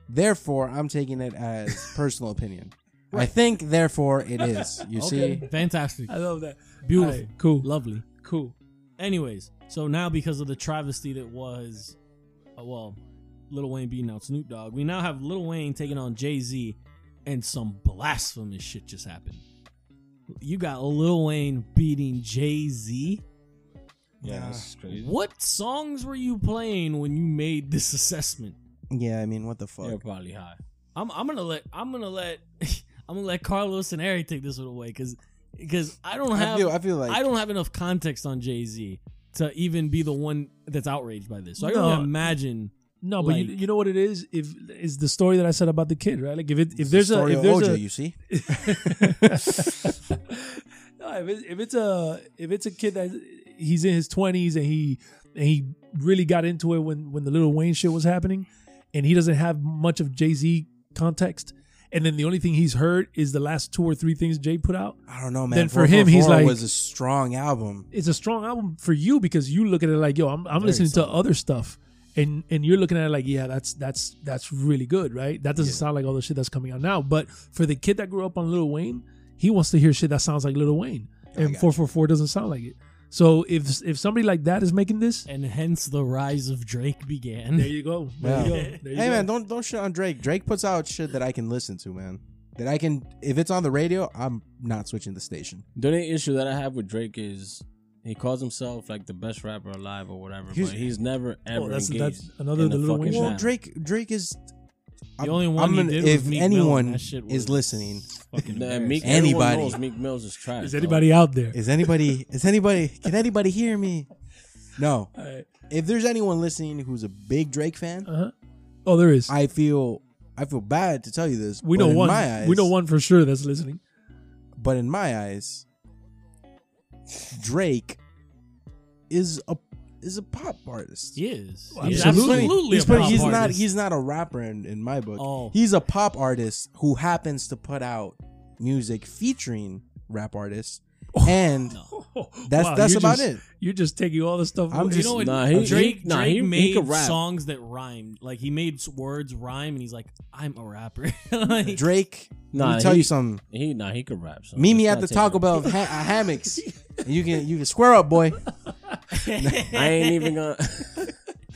S4: Therefore, I'm taking it as personal opinion. I think, therefore, it is. You
S5: Okay.
S4: see,
S2: fantastic,
S5: I love that.
S2: beautiful,
S5: All right, cool,
S2: lovely.
S5: cool.
S2: Anyways, so now because of the travesty that was, uh, well, Lil Wayne beating out Snoop Dogg, we now have Lil Wayne taking on Jay Z, and some blasphemous shit just happened. You got Lil Wayne beating Jay Z.
S1: yeah, that's crazy.
S2: What songs were you playing when you made this assessment?
S4: yeah. I mean, what the fuck?
S1: They're probably high.
S2: I'm I'm gonna let I'm gonna let I'm gonna let Carlos and Eric take this one away because because I don't have
S4: I feel. I feel like
S2: I don't have enough context on Jay Z to even be the one that's outraged by this. So I can
S5: No.
S2: only imagine.
S5: No, but you,
S2: Like-
S5: you know what it is? If is the story that I said about the kid, right? Like if it if
S4: it's
S5: there's
S4: the
S5: a
S4: story
S5: if
S4: of
S5: there's
S4: OJ,
S5: a
S4: you see,
S5: no, if, it, if it's a if it's a kid that he's in his twenties and he and he really got into it when when the little Wayne shit was happening, and he doesn't have much of Jay Z context, and then the only thing he's heard is the last two or three things Jay put out.
S4: I don't know, man.
S5: Then for him, he's
S4: 444
S5: like-
S4: was a strong album.
S5: It's a strong album for you because you look at it like, yo, I'm I'm listening to other stuff. And, and you're looking at it like, yeah, that's that's that's really good, right? That doesn't sound like all the shit that's coming out now. But for the kid that grew up on Lil Wayne, he wants to hear shit that sounds like Lil Wayne. and
S4: gotcha.
S5: 444 doesn't sound like it. So if if somebody like that is making this,
S2: And hence the rise of Drake began.
S5: there you go. There you
S4: Yeah.
S5: go. There you
S4: Hey
S5: go.
S4: man, don't don't shit on Drake. Drake puts out shit that I can listen to, man. That I can if it's on the radio, I'm not switching the station.
S1: The only issue that I have with Drake is he calls himself like the best rapper alive or whatever,
S4: He's-
S1: but he's never ever
S5: Oh, that's-
S1: engaged.
S5: that's another
S1: in
S5: the
S1: the
S5: Lil
S1: fucking
S5: Wayne
S4: Well,
S1: genre.
S4: Drake Drake is
S2: The only one he
S4: gonna-
S2: did was
S4: if
S2: Meek Mill, and
S4: anyone
S2: that shit was
S4: is listening,
S2: fucking
S1: Nah,
S2: embarrassing.
S1: Meek, everyone
S4: Anybody.
S1: knows Meek Mills is trash.
S5: Is
S1: bro.
S5: anybody out there?
S4: is anybody is anybody can anybody hear me? No.
S5: All right.
S4: If there's anyone listening who's a big Drake fan,
S5: Uh-huh. Oh, there is.
S4: I feel I feel bad to tell you this.
S5: we
S4: but
S5: know
S4: in
S5: one.
S4: My eyes,
S5: we know one for sure that's listening.
S4: But in my eyes, Drake is a is a pop artist.
S2: He is.
S5: Well,
S2: He's
S5: absolutely.
S2: absolutely,
S4: he's,
S2: a
S4: putting-
S2: pop
S4: he's not
S2: artist.
S4: he's not a rapper in, in my book.
S2: Oh.
S4: He's a pop artist who happens to put out music featuring rap artists. And that's
S5: Wow,
S4: that's
S5: you're
S4: about
S5: just-
S4: it.
S5: You're just taking all the stuff.
S4: I'm
S5: away.
S2: you
S4: just-
S2: know what?
S1: Nah, he- he-
S2: Drake,
S1: nah,
S2: Drake
S1: he- he
S2: made
S1: could rap.
S2: songs that rhymed. Like he made words rhyme, and he's like, "I'm a rapper." like,
S4: Drake, let
S1: Nah,
S4: me tell
S1: he,
S4: you something.
S1: He nah, he could rap. So
S4: Meet me
S1: let's
S4: at
S1: not
S4: the
S1: take
S4: Taco
S1: it.
S4: Bell ha- uh, hammocks. And you can you can square up, boy.
S1: I ain't even gonna.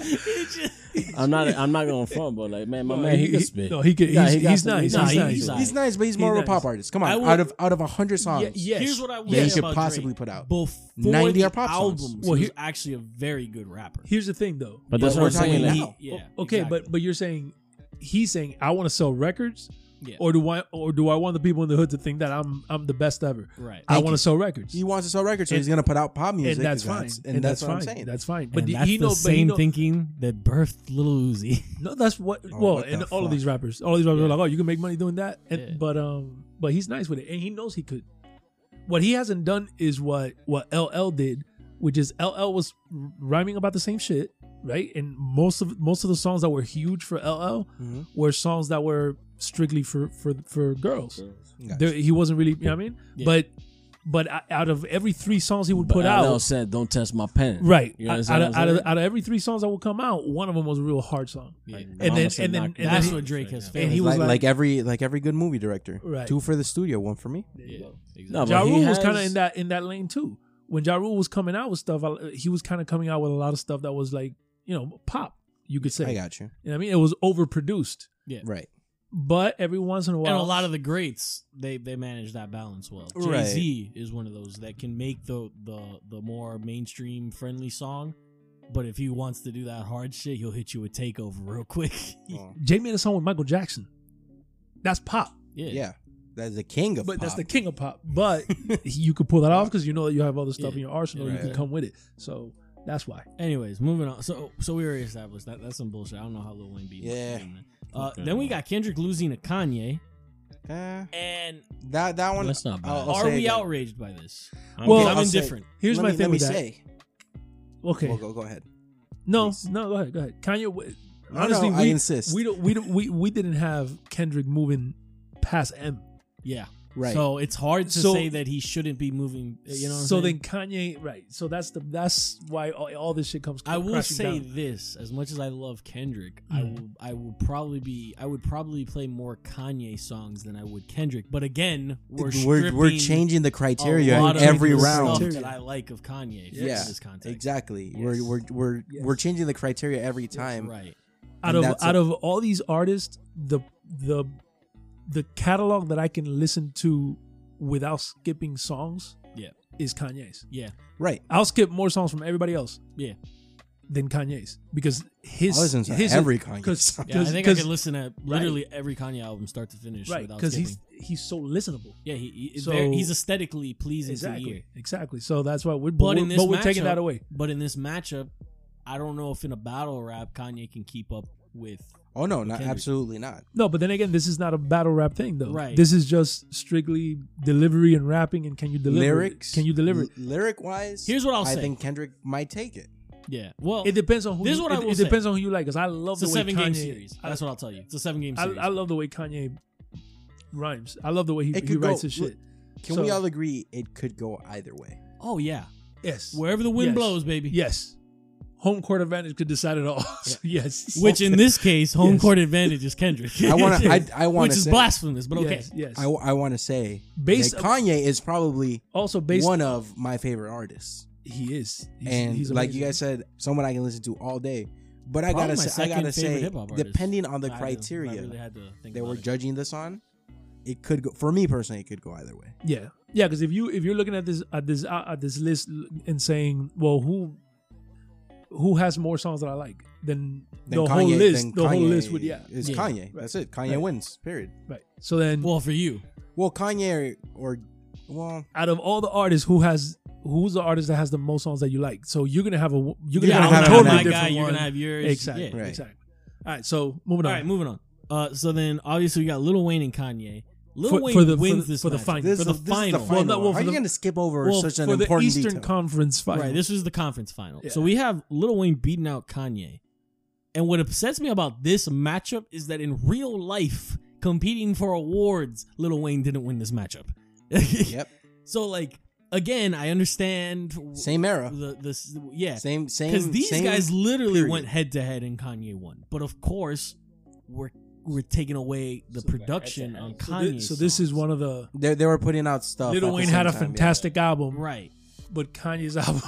S2: It just-
S1: I'm not. I'm not going front, but like, man, my man, Oh, he, can spit.
S5: No, he could.
S1: Yeah,
S5: he's,
S1: he got
S5: he's
S1: some-
S5: nice.
S1: he got
S5: He's
S1: some-
S5: nice.
S1: he's-
S4: He's nice, but he's more of a
S5: nice.
S4: pop artist. Come
S2: I
S4: on,
S2: would-
S4: out of out of hundred songs,
S5: Ye- yes.
S2: Here's what I would
S4: that
S2: say
S4: he should
S2: about
S4: possibly
S2: Drake.
S4: put out.
S2: Before
S4: 90
S2: the
S4: are pop songs.
S2: albums,
S5: Well,
S2: he
S5: here-
S2: was actually a very good rapper.
S5: Here's the thing, though.
S1: But that's
S4: But
S1: what
S4: we're
S1: I'm
S4: talking
S1: saying.
S4: now.
S1: He-
S2: He- yeah,
S5: okay,
S2: exactly.
S5: but but you're saying he's saying I want to sell records,
S2: Yeah.
S5: or do I or do I want the people in the hood to think that I'm I'm the best ever?
S2: right.
S5: I
S4: Thank you.
S5: want to sell records,
S4: He wants to sell records, so
S5: And-
S4: he's gonna put out pop music,
S5: and that's fine,
S4: and, that's, what I'm
S5: fine.
S4: saying.
S5: That's fine. But
S2: But
S5: he-
S2: that's
S5: he
S2: the
S5: know, but he
S2: same
S5: know,
S2: thinking that birthed Lil Uzi.
S5: No, that's what.
S4: Oh,
S5: well,
S4: what
S5: and
S4: the
S5: all of
S4: fuck?
S5: these rappers, all these rappers are
S2: Yeah.
S5: like, "Oh, you can make money doing that," and,
S2: Yeah.
S5: but um, but he's nice with it, and he knows he could. What he hasn't done is what what LL did, which is LL was rhyming about the same shit, right? And most of most of the songs that were huge for LL
S4: Mhm.
S5: were songs that were strictly for for for girls.
S4: Gotcha.
S5: There, he wasn't really, you know what I mean?
S2: Yeah.
S5: But but o- out of every three songs he would
S1: But
S5: put
S1: LL
S5: out,
S1: said, "Don't touch my pen."
S5: right?
S1: You
S5: out,
S1: understand
S5: out,
S1: what
S5: of,
S1: I'm
S5: out of
S1: saying?
S5: out of every three songs that would come out, one of them was a real hard song.
S2: Yeah.
S1: Mama
S5: and then-
S1: said,
S5: and then-
S1: knock
S5: and
S1: it
S5: then
S1: out.
S5: he-
S2: That's what Drake has
S1: Right
S2: failed.
S5: and he was
S4: like,
S5: like-
S4: like every like every good movie director.
S5: Right.
S4: Two for the studio, one for me.
S2: Yeah, exactly.
S4: Oh,
S1: No, but
S5: Ja
S1: he
S5: Rule was
S1: has-
S5: kind of in that in that lane too. When Ja Rule was coming out with stuff, I, he was kind of coming out with a lot of stuff that was like, you know, pop. You could say,
S4: I
S5: you know
S4: got you.
S5: what I mean, it was overproduced.
S4: Right.
S5: But every once in a while,
S2: and a lot of the greats, they they manage that balance well.
S4: Right.
S2: Jay Z is one of those that can make the the the more mainstream friendly song, but if he wants to do that hard shit, he'll hit you with takeover real quick.
S4: Oh,
S5: Jay made a song with Michael Jackson. That's pop,
S2: yeah.
S4: yeah. That's the king of
S5: but that's
S4: pop.
S5: the king of pop. But you could pull that off because you know that you have other stuff
S2: Yeah.
S5: in your arsenal. You can
S4: Right.
S5: come with it. So that's why.
S2: Anyways, moving on. So so we already established that that's some bullshit. I don't know how Lil Wayne beat.
S4: Yeah.
S2: Wayne, man. Uh, Then we got Kendrick losing to Kanye,
S4: Eh,
S2: and
S4: that that one.
S1: That's not bad.
S4: I'll- I'll
S2: are
S4: say
S2: we
S4: that-
S2: outraged by this? I'm,
S5: Well,
S2: I'm
S4: I'll say-
S2: indifferent.
S5: Here's
S4: let
S5: my
S4: me,
S5: thing
S4: let me
S5: with that.
S4: say.
S5: Okay,
S4: Well, go go ahead.
S5: no,
S4: please.
S5: no, go ahead, go ahead. Kanye, w-
S4: No,
S5: honestly,
S4: no, I
S5: we,
S4: insist.
S5: we don't, we don't, we we didn't have Kendrick moving past M.
S2: Yeah.
S4: right.
S2: So it's hard to
S5: So-
S2: say that he shouldn't be moving. You know. what I'm
S5: so
S2: saying?
S5: then Kanye, right? So that's the that's why all, all this shit comes.
S2: I will
S5: crashing
S2: say
S5: down.
S2: this: as much as I love Kendrick, I
S5: Mhm.
S2: will I will probably be I would probably play more Kanye songs than I would Kendrick. But again, we're
S4: we're, we're
S2: stripping
S4: changing the
S2: a
S4: criteria
S2: lot
S4: in
S2: of
S4: every
S2: the
S4: round.
S2: stuff that I like of Kanye. Yeah,
S4: Yeah,
S2: this context.
S4: Exactly.
S5: Yes.
S4: We're we're we're,
S5: Yes.
S4: we're changing the criteria every time.
S2: Right.
S5: out
S4: and
S5: of
S4: that's
S5: out
S4: a-
S5: of all these artists, the the the catalog that I can listen to without skipping songs,
S2: Yeah.
S5: is Kanye's.
S2: Yeah.
S4: Right.
S5: I'll skip more songs from everybody else,
S2: Yeah.
S5: than Kanye's because his
S4: I listen to
S5: his
S4: every Kanye song.
S2: Yeah. I think I
S5: because-
S2: could listen to literally every Kanye album start to finish
S5: right
S2: without
S5: because
S2: skipping.
S5: he's he's so listenable.
S2: yeah, he, he
S5: So-
S2: there- he's aesthetically pleasing to the ear.
S5: Exactly, exactly. So that's why we're
S2: But
S5: but,
S2: in
S5: we're,
S2: this
S5: but we're taking
S2: matchup-
S5: that away.
S2: But in this matchup, I don't know if in a battle rap Kanye can keep up with
S4: Oh no, not
S2: Kendrick.
S4: absolutely not.
S5: No, but then again, this is not a battle rap thing, though.
S2: Right.
S5: This is just strictly delivery and rapping, and can you deliver it?
S4: Lyrics.
S5: Can you deliver it?
S4: lyric wise?
S2: Here's what I'll
S4: I
S2: say.
S4: think Kendrick might take it.
S2: Yeah. Well,
S5: It depends on who.
S2: This is
S5: you,
S2: what I
S5: it,
S2: will
S5: it
S2: say.
S5: depends on who you like. Because I love
S2: It's a
S5: the way
S2: seven
S5: Kanye,
S2: game series.
S5: I-
S2: That's what I'll tell you. It's a seven game
S5: I,
S2: series.
S5: I love the way Kanye rhymes. I love the way he,
S4: It
S5: he
S4: could
S5: writes
S4: go-
S5: his shit.
S4: Can
S5: So-
S4: we all agree it could go either way?
S2: oh yeah,
S5: Yes.
S2: wherever the wind
S5: Yes.
S2: blows, baby.
S5: Yes. Home court advantage could decide it all. So, yes.
S2: Which in this case, home
S5: Yes.
S2: court advantage is Kendrick.
S4: I want to. I, I want
S2: Which
S4: to
S2: is
S4: say.
S2: blasphemous, but okay.
S5: Yes. yes.
S4: I, want to say
S5: Based
S4: that
S5: up-
S4: Kanye is probably
S5: also based
S4: one of my favorite artists,
S5: he is he's,
S4: and
S5: he's
S4: like you
S5: amazing.
S4: guys said, someone I can listen to all day. But I
S2: Probably
S4: gotta
S2: my
S4: say, I gotta
S2: second favorite
S4: say,
S2: hip-hop artist.
S4: depending on the
S2: I had to- I
S4: criteria
S2: really had to think
S4: that
S2: about
S4: we're
S2: it.
S4: judging this on, it could go. For me personally, it could go either way.
S5: Yeah, yeah. Because if you if you're looking at this at this uh, at this list and saying, well, who who has more songs that I like, then,
S4: Then
S5: the whole
S4: then
S5: list, the whole
S4: Kanye
S5: list would yeah,
S4: is
S2: Yeah.
S4: Kanye. That's it. Kanye
S5: Right.
S4: wins. Period.
S5: right. So then,
S2: Well, for you,
S4: Well, Kanye or, or well,
S5: out of all the artists, who has who's the artist that has the most songs that you like? So you're gonna have a you're gonna
S2: Yeah,
S4: gonna
S5: have
S2: I'm
S4: have
S5: a
S2: gonna
S5: totally
S2: my
S5: different
S2: guy. You're
S5: one.
S2: gonna have yours.
S5: exactly,
S2: Yeah.
S4: Right.
S5: exactly. All right, so moving on.
S2: All right, moving on. Uh, so then obviously we got Lil Wayne and Kanye. Lil
S5: For-
S2: Wayne
S5: for the- for
S2: wins
S5: the-
S2: this
S5: for the
S2: matchup.
S5: final.
S4: this
S2: for
S4: is
S2: the
S4: this is
S2: final.
S4: the
S5: Well,
S4: final.
S5: no, well,
S4: How
S5: for
S4: are you
S5: the-
S4: going to skip over
S5: well,
S4: such an
S5: for the
S4: important
S5: Eastern
S4: detail?
S5: Conference final.
S2: Right, this was the conference final.
S5: Yeah.
S2: So we have Lil Wayne beating out Kanye. And what upsets me about this matchup is that in real life, competing for awards, Lil Wayne didn't win this matchup.
S4: yep.
S2: So like again, I understand w-
S4: Same era.
S2: the this yeah.
S4: Same same.
S2: Because these
S4: same-
S2: guys literally
S4: period.
S2: went head to head and Kanye won. But of course, we're we're taking away the production on
S5: So
S2: Kanye.
S5: thi- so this is
S2: songs.
S5: one of the
S4: They, they were putting out stuff.
S5: Little
S4: at the
S5: Wayne
S4: same
S5: had a
S4: time, yeah.
S5: fantastic album.
S2: right.
S5: but Kanye's album.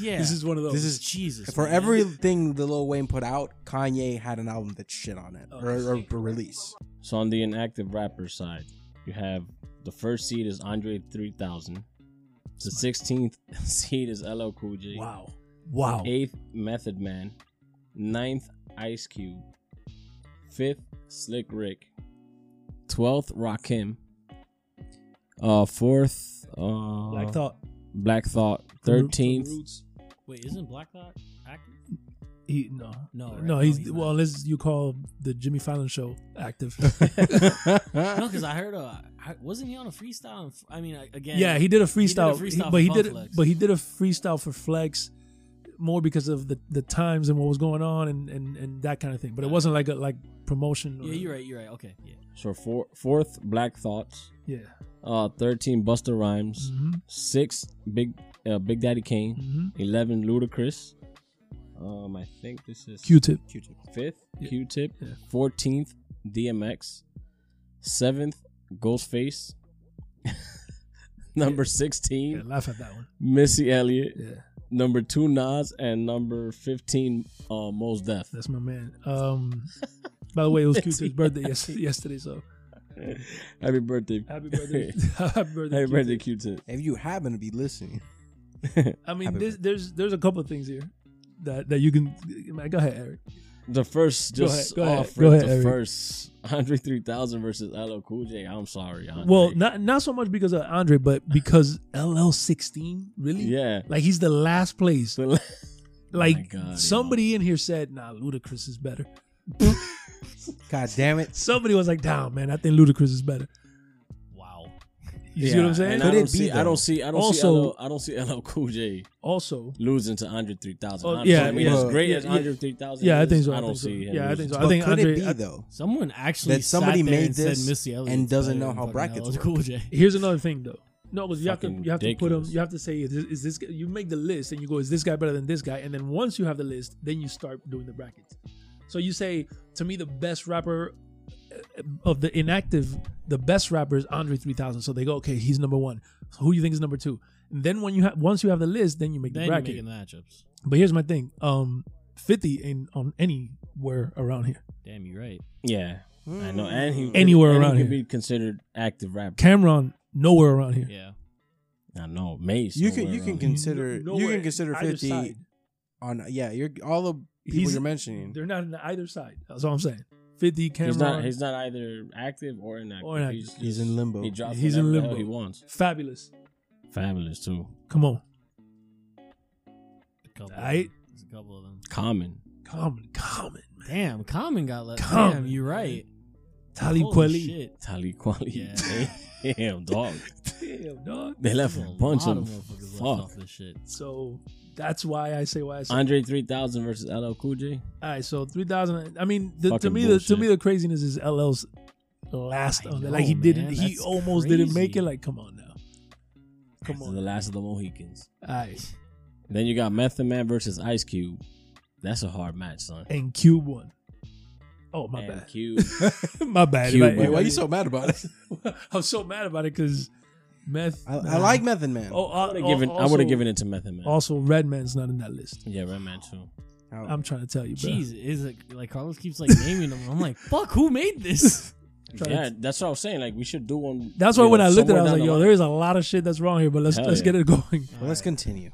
S2: Yeah.
S5: This is one of those.
S4: This is
S2: Jesus.
S4: For
S2: man.
S4: everything the Lil Wayne put out, Kanye had an album that shit on it
S5: Oh,
S4: or, or, or release.
S1: So on the inactive rapper side, you have the first seed is Andre 3000. The 16th seed is LL Cool J.
S5: wow. Wow.
S1: Eighth, Method Man. Ninth, Ice Cube. Fifth, Slick Rick. Twelfth, Rakim. Uh, fourth, uh,
S5: Black Thought.
S1: Black Thought.
S5: Roots-
S1: Thirteenth,
S5: Roots.
S2: Wait, isn't Black Thought active?
S5: He, no.
S2: No, right?
S5: No, he's,
S2: he's not.
S5: well, unless you call the Jimmy Fallon show active.
S2: No, because I heard uh, I- wasn't he on a freestyle? and f- I mean, I- again,
S5: yeah, he did a
S2: He did a
S5: freestyle,
S2: freestyle
S5: but he
S2: for
S5: did,
S2: Flex.
S5: but he did a freestyle for Flex more because of the, the times and what was going on and, and, and that kind of thing. But it wasn't like a like promotion.
S2: yeah, you're right, you're right. Okay, yeah,
S1: so four, fourth, Black Thoughts.
S5: Yeah.
S1: Uh, thirteen, Buster Rhymes.
S5: hmm
S1: Six, Big uh, Big Daddy Kane.
S5: hmm
S1: Eleven, Ludacris. Um, I think this is
S5: Q-Tip.
S1: fifth,
S5: Yeah.
S1: Q-Tip.
S5: Yeah.
S1: Fourteenth, DMX. Seventh, Ghostface. Number sixteen,
S5: Yeah, laugh at that one.
S1: Missy Elliott.
S5: Yeah,
S1: Number two, Nas, and number fifteen, uh, Mos Def.
S5: that's my man. Um, by the way, it was Q-Tip's birthday yes, yesterday, so
S1: Happy birthday!
S5: happy birthday, happy birthday,
S1: Happy birthday,
S5: Q-Tip.
S1: Q-Tip.
S4: If you happen to be listening,
S5: I mean,
S4: Happy
S5: this, there's there's a couple of things here that that you can. Man, go ahead, Eric.
S1: The first,
S5: Go
S1: just
S5: ahead, go ahead,
S1: off
S5: go
S1: rip,
S5: ahead,
S1: the
S5: Eric.
S1: first Andre 3000 versus LL Cool J. I'm sorry. Andre.
S5: Well, not not so much because of Andre, but because LL sixteen really.
S1: yeah.
S5: Like he's the last place.
S1: So,
S5: Like
S1: God, yo.
S5: somebody in here said, "Nah, Ludacris is better."
S4: God damn it.
S5: Somebody was like, "Damn, man, I think Ludacris is better."
S2: wow.
S5: You see what
S1: Yeah,
S5: I'm saying?
S1: and
S4: Could
S1: I
S4: it
S1: don't
S4: be,
S1: see. I
S4: though?
S1: don't see. I don't see.
S5: Also-
S1: LL, I don't see LL Cool J
S5: Also,
S1: losing to Andre 3000.
S5: Oh,
S1: Honestly,
S5: yeah,
S1: I mean,
S4: yeah.
S1: as great
S5: Yeah,
S1: as
S5: yeah.
S1: Andre 3000.
S5: yeah, I
S1: is,
S5: think so.
S1: I don't
S5: think so.
S1: see him.
S5: Yeah, I
S1: losing
S5: think so.
S1: to
S5: I think
S4: could
S5: Andre.
S4: it be
S5: I-
S4: though?
S2: Someone actually
S4: That somebody
S2: sat there
S4: made
S2: and said
S4: this
S2: Missy Elliott
S4: and doesn't
S2: better
S4: know
S2: than
S4: how
S2: fucking
S4: brackets
S2: LL
S4: work.
S2: Cool J.
S5: Here's another thing though. No, because you have to
S1: Fucking
S5: you have to put him.
S1: ridiculous.
S5: You have to say is this, is this guy- you make the list and you go is this guy better than this guy and then once you have the list then you start doing the brackets. So you say to me the best rapper uh, of the inactive the best rapper is Andre 3000. So they go okay he's number one. Who do you think is number two? And then when you have once you have the list then you make the
S2: Then you're
S5: bracket.
S2: making the matchups.
S5: but here's my thing. Um, 50 ain't on anywhere around here.
S2: Damn, you're right.
S1: Yeah, I know. And he
S5: Anywhere
S1: and he
S5: around
S1: could
S5: here.
S1: be considered active rapper.
S5: Cameron nowhere around here.
S2: Yeah,
S1: I know. Mace.
S4: You can
S1: somewhere
S4: you can
S1: around
S5: con-
S1: here.
S4: consider you
S5: Nowhere
S4: can consider
S5: either
S4: fifty
S5: side.
S4: on yeah you're all the people
S5: He's-
S4: you're mentioning.
S5: They're not on either side. That's all I'm saying. 50 Cameron.
S1: He's not. He's not either active or inactive.
S5: Or inactive.
S1: He's,
S4: He's in limbo.
S1: He drops
S5: He's
S1: he's
S5: in
S1: in
S5: limbo.
S1: He wants
S5: fabulous.
S1: fabulous too.
S5: Come on.
S2: a couple.
S5: Aight.
S2: There's a couple of them.
S1: Common.
S5: Common, common.
S2: Damn, Common got left.
S5: Common,
S2: Damn, you're right.
S5: Talib
S2: Holy
S5: Kweli.
S2: shit.
S1: Tali Kweli.
S2: Yeah.
S1: Damn dog.
S5: Damn, dog.
S1: They left a
S2: There's
S1: bunch
S2: lot
S1: of
S2: motherfuckers left
S1: fuck.
S2: off this shit.
S5: So that's why I say why I say.
S1: Andre 3000 versus LL Cool J.
S5: All right, so 3,000. I mean, the, to
S1: Fucking
S5: me, the, to
S1: bullshit.
S5: me, the craziness is LL's last
S2: I
S5: on there.
S2: know,
S5: Like, he didn't,
S2: man.
S5: he
S2: That's
S5: almost didn't make it.
S2: crazy.
S5: Like, come on now. Come
S1: The
S5: on.
S1: last of the Mohicans.
S5: All right.
S1: Then you got Method Man versus Ice Cube. That's a hard match, son.
S5: And Cube won. Oh, my
S1: And
S5: bad.
S1: Cube.
S5: my bad.
S1: Cube
S5: If
S1: won.
S5: I-
S4: Wait,
S5: if
S4: why
S5: I-
S4: are you so mad about it?
S5: I'm so mad about it because meth.
S4: I, I
S5: nah.
S4: like Method Man.
S5: Oh,
S1: I would have given. I would have given it to Method Man.
S5: Also, Redman's not in that list.
S1: yeah, Red Man too.
S2: Oh.
S4: How-
S5: I'm trying to tell you, bro.
S2: Jeez, is it like Carlos keeps like naming them? I'm like, fuck, who made this?
S5: Trying to-
S1: Yeah, that's what I was saying. Like we should do one.
S5: That's why
S1: you
S5: when
S1: know,
S5: I looked at it, I was
S1: somewhere
S5: like,
S1: down
S5: yo,
S1: the
S5: there is a lot of shit that's wrong here, but let's
S1: Hell
S5: let's
S1: yeah.
S5: get it going.
S4: well, let's continue.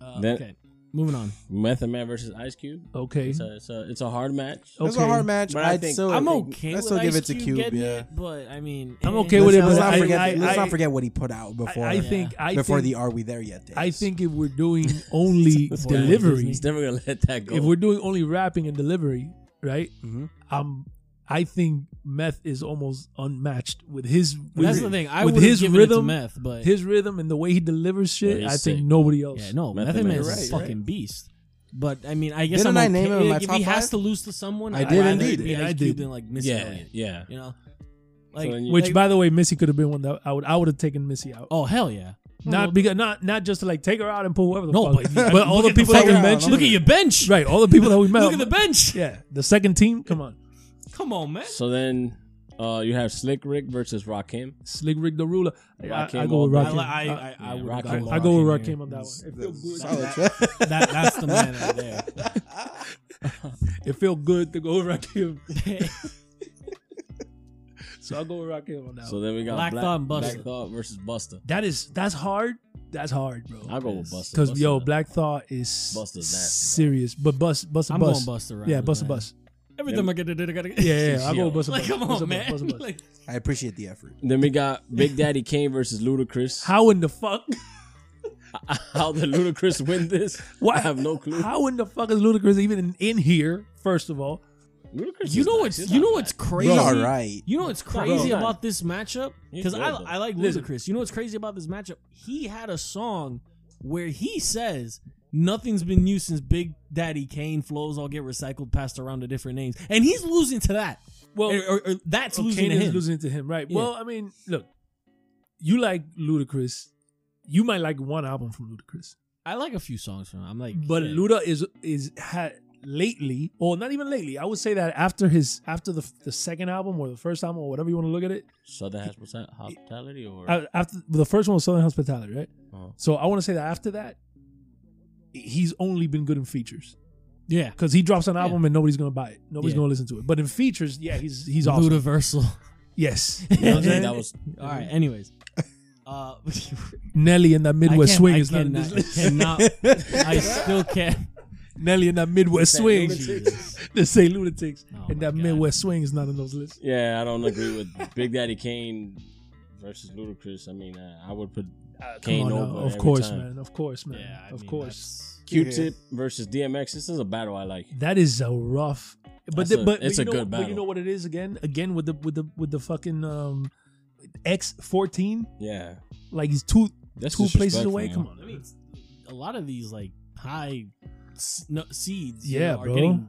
S2: Uh,
S1: That-
S2: okay, moving on.
S1: line. Method Man versus Ice Cube.
S5: Okay.
S1: It's a it's a, it's a hard match.
S4: That's
S5: Okay.
S4: a hard match.
S1: But I
S4: I'd
S1: think-
S4: still,
S2: I'm
S4: think-
S2: okay.
S4: Let's
S2: with
S4: still give
S2: Ice
S4: it to Cube.
S2: getting
S4: yeah.
S2: It, but I mean,
S5: I'm
S2: eh.
S5: okay with it,
S4: let's
S5: but
S4: not
S5: I-
S4: forget.
S5: I-
S4: let's
S5: I-
S4: not forget what he put out
S5: I,
S4: before
S5: I think I
S4: before
S5: think,
S4: the Are We There Yet days.
S5: I think if we're doing only
S2: Before
S5: delivery,
S2: Disney.
S1: He's never gonna let that go.
S5: if we're doing only rapping and delivery, right?
S4: Mhm.
S5: Um, I think Meth is almost unmatched with his. With
S2: That's the thing. I
S5: with
S2: would
S5: his
S2: his given rhythm,
S5: rhythm,
S2: meth, but
S5: His rhythm and the way he delivers shit,
S1: Yeah,
S5: I
S1: he's
S5: think
S1: sick.
S5: nobody else.
S2: yeah, no,
S1: Method
S2: Method
S1: Man.
S2: Man is
S1: You're
S2: a
S4: right, you're
S2: fucking beast. But I mean, I guess
S4: Didn't
S2: I'm
S4: I name
S2: okay-
S4: him in my
S2: if
S4: top
S2: he has
S4: five?
S2: to lose to someone,
S4: I
S2: I'd
S4: did
S2: rather
S4: indeed.
S2: it Be
S5: Yeah, I
S2: Ice
S5: did.
S2: Cube than like Missy
S1: yeah,
S2: Elliott.
S1: yeah.
S2: You know, like
S1: then you-
S5: Which,
S2: like-
S5: by the way, Missy could have been one that I would I would have taken Missy out.
S2: oh hell yeah,
S5: Not because not not just to like take her out and pull whoever the
S2: No,
S5: fuck.
S2: but-
S5: But, all
S2: look
S5: the
S2: at the
S5: people that we
S4: fucking-
S5: mentioned,
S2: look at your bench.
S5: right, all the people that we met.
S2: Look at the bench.
S5: Yeah, the second team. Come on,
S2: Come on, man.
S1: So then Uh, you have Slick Rick versus Rakim.
S5: Slick Rick the Ruler. I, I,
S1: Rakim
S5: I go with
S1: all
S2: I,
S1: day.
S5: Rakim.
S2: li- I,
S5: I,
S2: I,
S1: Yeah,
S2: I, would
S1: Rock
S2: go
S1: and
S2: with
S1: I
S5: go with
S2: Rock
S5: Rakim
S2: here.
S5: on that one.
S2: He's-
S5: It feels good.
S4: Solid
S5: That-
S4: choice.
S2: That, that's the man right there.
S5: It feels good to go with Rakim. so I'll go with Rakim on that.
S1: So
S5: one.
S1: then we got
S2: Black Thought and Busta.
S1: Black Thought versus Buster.
S5: That is that's hard. That's hard, bro.
S1: I'll go with Buster.
S5: Because
S1: Busta
S5: yo,
S1: that-
S5: Black Thought is
S1: Busta's nasty,
S5: serious, but bus, bus,
S2: I'm
S5: bus,
S2: going Buster. Rhymes,
S5: yeah, bus,
S2: man.
S5: bus.
S2: Every time I get it, I gotta get
S5: Yeah, yeah, yeah, I'll go
S1: Yo.
S5: with bus,
S2: Like,
S5: bus.
S2: come on,
S5: Bus, bus,
S2: man.
S5: bus, bus.
S2: Like,
S4: I appreciate the effort.
S1: Then we got Big Daddy Kane versus Ludacris.
S5: How in the fuck?
S1: How, did Ludacris win this?
S5: What?
S1: I have no clue.
S5: How in the fuck is Ludacris even in, in here? First of all,
S1: Ludacris
S2: you
S1: is
S2: know
S1: nice.
S2: what's
S1: He's not
S2: you know
S1: bad.
S2: what's crazy?
S4: He's all right.
S2: You know what's
S1: Bro.
S2: crazy
S1: Bro.
S2: about this matchup?
S1: He's
S2: Because I,
S1: good, though.
S2: I like
S5: Listen.
S2: Ludacris. You know what's crazy about this matchup? He had a song where he says nothing's been new since Big Daddy Kane flows all get recycled, passed around to different names, and he's losing to that.
S5: well,
S2: or, or- or that's
S5: oh,
S2: Er, losing
S5: Kane
S2: to
S5: is
S2: him.
S5: losing to him, right?
S2: Yeah.
S5: Well, I mean, look, you like Ludacris, you might like one album from Ludacris,
S2: I like a few songs from him. I'm like,
S5: but
S2: yeah.
S5: Luda is is had lately, or not even lately. I would say that after his after the the second album or the first album or whatever you want to look at it,
S1: Southern Hospita- hospitality or
S5: a- after the first one was Southern Hospitality, right?
S1: Uh-huh.
S5: So I want to say that after that, he's only been good in features.
S2: yeah,
S5: because he drops an
S2: Yeah.
S5: album and nobody's gonna buy it. Nobody's
S2: Yeah.
S5: gonna listen to it. But in features, yeah, he's he's awesome.
S2: Ludaversal.
S5: Yes,
S1: You know what I'm
S5: Yeah.
S1: saying? that was
S2: all right. Anyways, uh,
S5: Nelly and that
S2: I
S5: Midwest
S2: can't-
S5: swing
S2: I
S5: is not in
S2: cannot-
S5: this list.
S2: I cannot. I still can't.
S5: Nelly and that Midwest
S1: That
S5: swing.
S1: Ludacris.
S5: They say lunatics,
S2: Oh
S5: and
S2: my
S5: that
S2: God.
S5: Midwest swing is not in those lists.
S1: yeah. I don't agree with Big Daddy Kane versus Ludacris. I mean, uh, I would put Kane
S5: Come on,
S1: over
S5: uh,
S1: every
S5: of course,
S1: time.
S5: man. Of course, man.
S2: Yeah, I
S5: of
S2: mean,
S5: course.
S1: Q-Tip versus DMX. This is a battle I like.
S5: That is a rough, but
S1: That's
S5: the,
S1: a-
S5: but, but
S1: it's
S5: you
S1: a
S5: know,
S1: good
S5: but you
S1: battle.
S5: know what it is again? Again with the with the with the fucking um, X fourteen.
S1: Yeah,
S5: Like he's two
S1: that's
S5: two places
S1: disrespectful,
S5: away.
S1: man.
S5: Come on,
S2: I mean, it's- a lot of these like high s- no, seeds, you
S5: Yeah,
S2: know, are
S5: bro.
S2: getting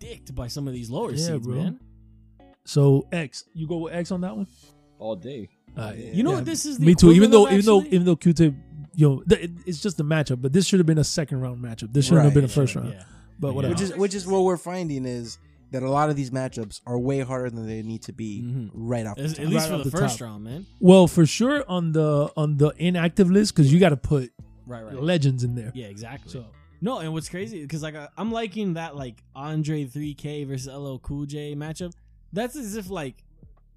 S2: dicked by some of these lower
S5: Yeah,
S2: seeds,
S5: bro.
S2: man.
S5: So X, you go with X on that one.
S1: all day.
S5: Uh,
S2: You know
S5: yeah,
S2: what this is? The
S5: Me too. Even though,
S2: equivalent
S5: even though,
S2: of actually?
S5: even though Q-Tip, you know, th- it- it's just the matchup. But this should have been a second round matchup. This shouldn't have
S4: Right.
S5: been a first round.
S2: Yeah.
S5: But whatever.
S4: Which is which is what we're finding is that a lot of these matchups are way harder than they need to be
S2: Mhm.
S4: right off. The
S2: As-
S4: top.
S2: at least
S5: Mm-hmm. Right
S2: for
S5: off
S2: the,
S5: the
S2: first
S5: top.
S2: round, man.
S5: well, for sure on the on the inactive list because you got to put
S2: Right, right.
S5: legends in there.
S2: yeah, exactly.
S5: So
S2: no, and what's crazy because like I- I'm liking that like Andre 3K versus LL Cool J matchup. That's as if like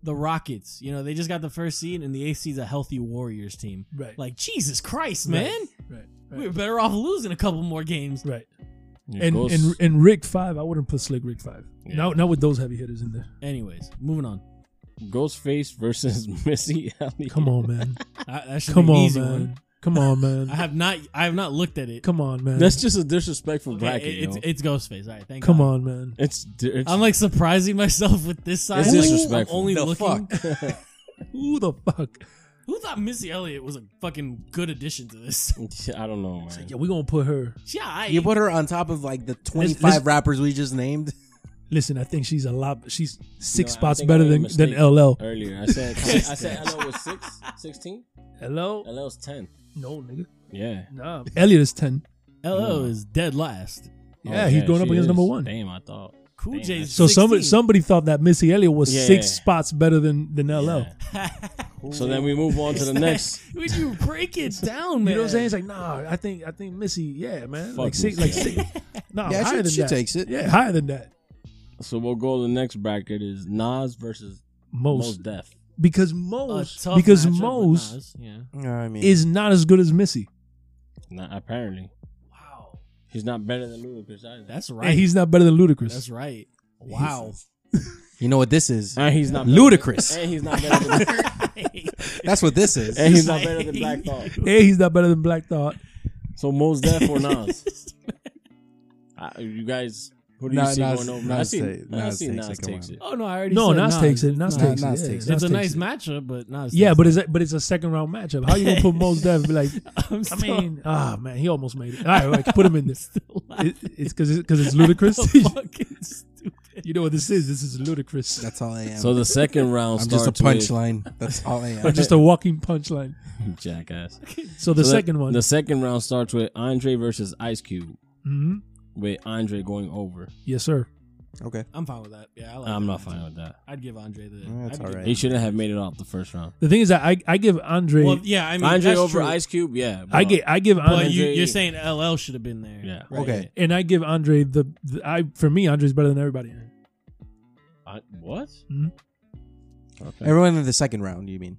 S2: the Rockets, you know, they just got the first seed and the eighth seed's a healthy Warriors team.
S5: right,
S2: Like Jesus Christ,
S5: Right.
S2: man,
S5: right,
S2: we
S5: right.
S2: were better off losing a couple more games.
S5: right.
S1: It
S5: And
S1: goes-
S5: and and Rick five, I wouldn't put Slick Rick five.
S1: Yeah.
S5: Not not with those heavy hitters in there.
S2: Anyways, moving on.
S1: Ghostface versus Missy Elliott.
S5: Come on, man.
S2: I, that should
S5: Come
S2: be an
S5: on,
S2: easy
S5: man.
S2: one.
S5: Come on,
S2: I
S5: man.
S2: have not. I have not looked at it.
S5: Come on, man.
S1: That's just a disrespectful
S2: Okay,
S1: bracket.
S2: it-
S1: yo.
S2: it's, it's Ghostface. All right, thank
S5: Come
S2: God.
S5: on, man.
S1: It's, di- it's
S2: I'm like surprising myself with this side.
S1: It's
S2: Ooh,
S1: disrespectful.
S2: I'm only
S4: The
S2: looking.
S4: fuck.
S5: Who the fuck?
S2: Who thought Missy Elliott was a fucking good addition to this?
S1: I don't know, man.
S5: Yeah, we gonna put her.
S2: Yeah, I,
S4: you put her on top of like the twenty
S5: let's-
S4: five rappers we just named.
S5: Listen, I think she's a lot. She's six
S1: I
S5: spots
S1: think
S5: better
S1: I made a
S5: than than
S1: mistake.
S5: LL.
S1: Earlier, I said I said LL was six, 16?
S5: LL?
S1: LL's ten.
S5: No, nigga.
S1: Yeah.
S5: Nah. Elliot is ten.
S2: LO
S1: Mm.
S2: is dead last.
S5: Yeah,
S1: Oh,
S5: he's going up
S1: she
S5: against
S1: is.
S5: number one.
S1: Damn, I thought.
S2: Cool
S1: Damn,
S2: J's.
S1: that's-
S5: So somebody
S2: 16.
S5: somebody thought that Missy Elliott was
S1: Yeah.
S5: six spots better than than LL.
S1: Yeah. So then we move on to the next.
S2: When you break it down,
S5: You
S2: man.
S5: know what I'm saying? It's like, nah, I think I think Missy, yeah, man.
S1: Fuck
S5: like six like
S1: Missy
S5: six. Nah,
S4: Yeah, she-
S5: higher than
S4: she
S5: that.
S4: takes it.
S5: Yeah, higher than that.
S1: So we'll go to the next bracket is Nas versus
S5: Most,
S1: Most Def.
S5: because
S2: A
S5: most
S2: tough
S5: oh, because
S2: matchup, but
S5: most
S2: Nas, yeah.
S4: You know what I mean?
S5: is not as good as Missy,
S1: Not apparently.
S2: Wow,
S1: He's not better than Ludacris either.
S2: that's
S5: and
S2: right.
S5: he's not better than Ludacris.
S2: that's right. Wow.
S4: you know what this is?
S1: and he's not better-
S4: Ludicrous.
S1: And he's not better than
S4: That's what this is.
S1: and he's not better than Black Thought.
S5: And he's not better than Black Thought.
S1: So Mos Def or Nas? I, you guys, who do you
S4: Nah,
S1: see
S4: Nas-
S1: going over?
S4: Nas
S1: I see
S4: take-
S1: I
S4: Nas
S1: see
S4: takes
S1: Nas
S4: it, come
S1: takes
S4: on.
S1: it.
S2: Oh no, I already
S5: No,
S2: said
S5: Nas, takes it.
S2: Nas
S5: Nas takes
S4: Nas
S5: it. yeah,
S4: takes it.
S5: Nas
S2: It's a
S5: takes
S2: nice
S5: it.
S2: matchup, but Nas.
S5: Yeah,
S2: takes
S5: but
S2: it.
S5: it's a, but it's a second round matchup. How you gonna put Mos Def and be like?
S2: I'm
S5: I
S2: still-
S5: mean, ah man, he almost made it. All right, like, put him in there.
S2: still laughing.
S5: It, it's because because it's ludicrous.
S2: So fucking stupid.
S5: you know what this is? This is ludicrous.
S4: That's all I am.
S1: So the second round
S4: I'm just
S1: starts
S4: a punchline. That's all I am.
S5: just a walking punchline.
S1: with jackass.
S5: So the
S1: So
S5: second one.
S1: The second round starts with Andre versus Ice Cube,
S5: Mhm.
S1: with Andre going over.
S5: Yes, sir.
S4: Okay.
S2: I'm fine with that. Yeah, I like
S1: I'm
S2: that
S1: not
S2: one,
S1: fine
S2: too.
S1: with that.
S2: I'd give Andre the.
S4: Yeah, that's
S2: I'd give-
S4: alright.
S1: He shouldn't have made it off the first round.
S5: The thing is that I, I give Andre
S2: Well, yeah, I mean,
S1: Andre
S2: that's
S1: over
S2: true.
S1: Ice Cube, yeah.
S5: I
S1: but-
S5: get I give
S2: But
S5: Andre
S2: you,
S1: Andre-
S2: you're saying LL should have been there.
S1: Yeah.
S2: Right.
S4: Okay.
S5: and I give Andre the, the I for me Andre's better than everybody.
S1: I, what?
S5: Mhm.
S1: Okay.
S4: Everyone in the second round, you mean?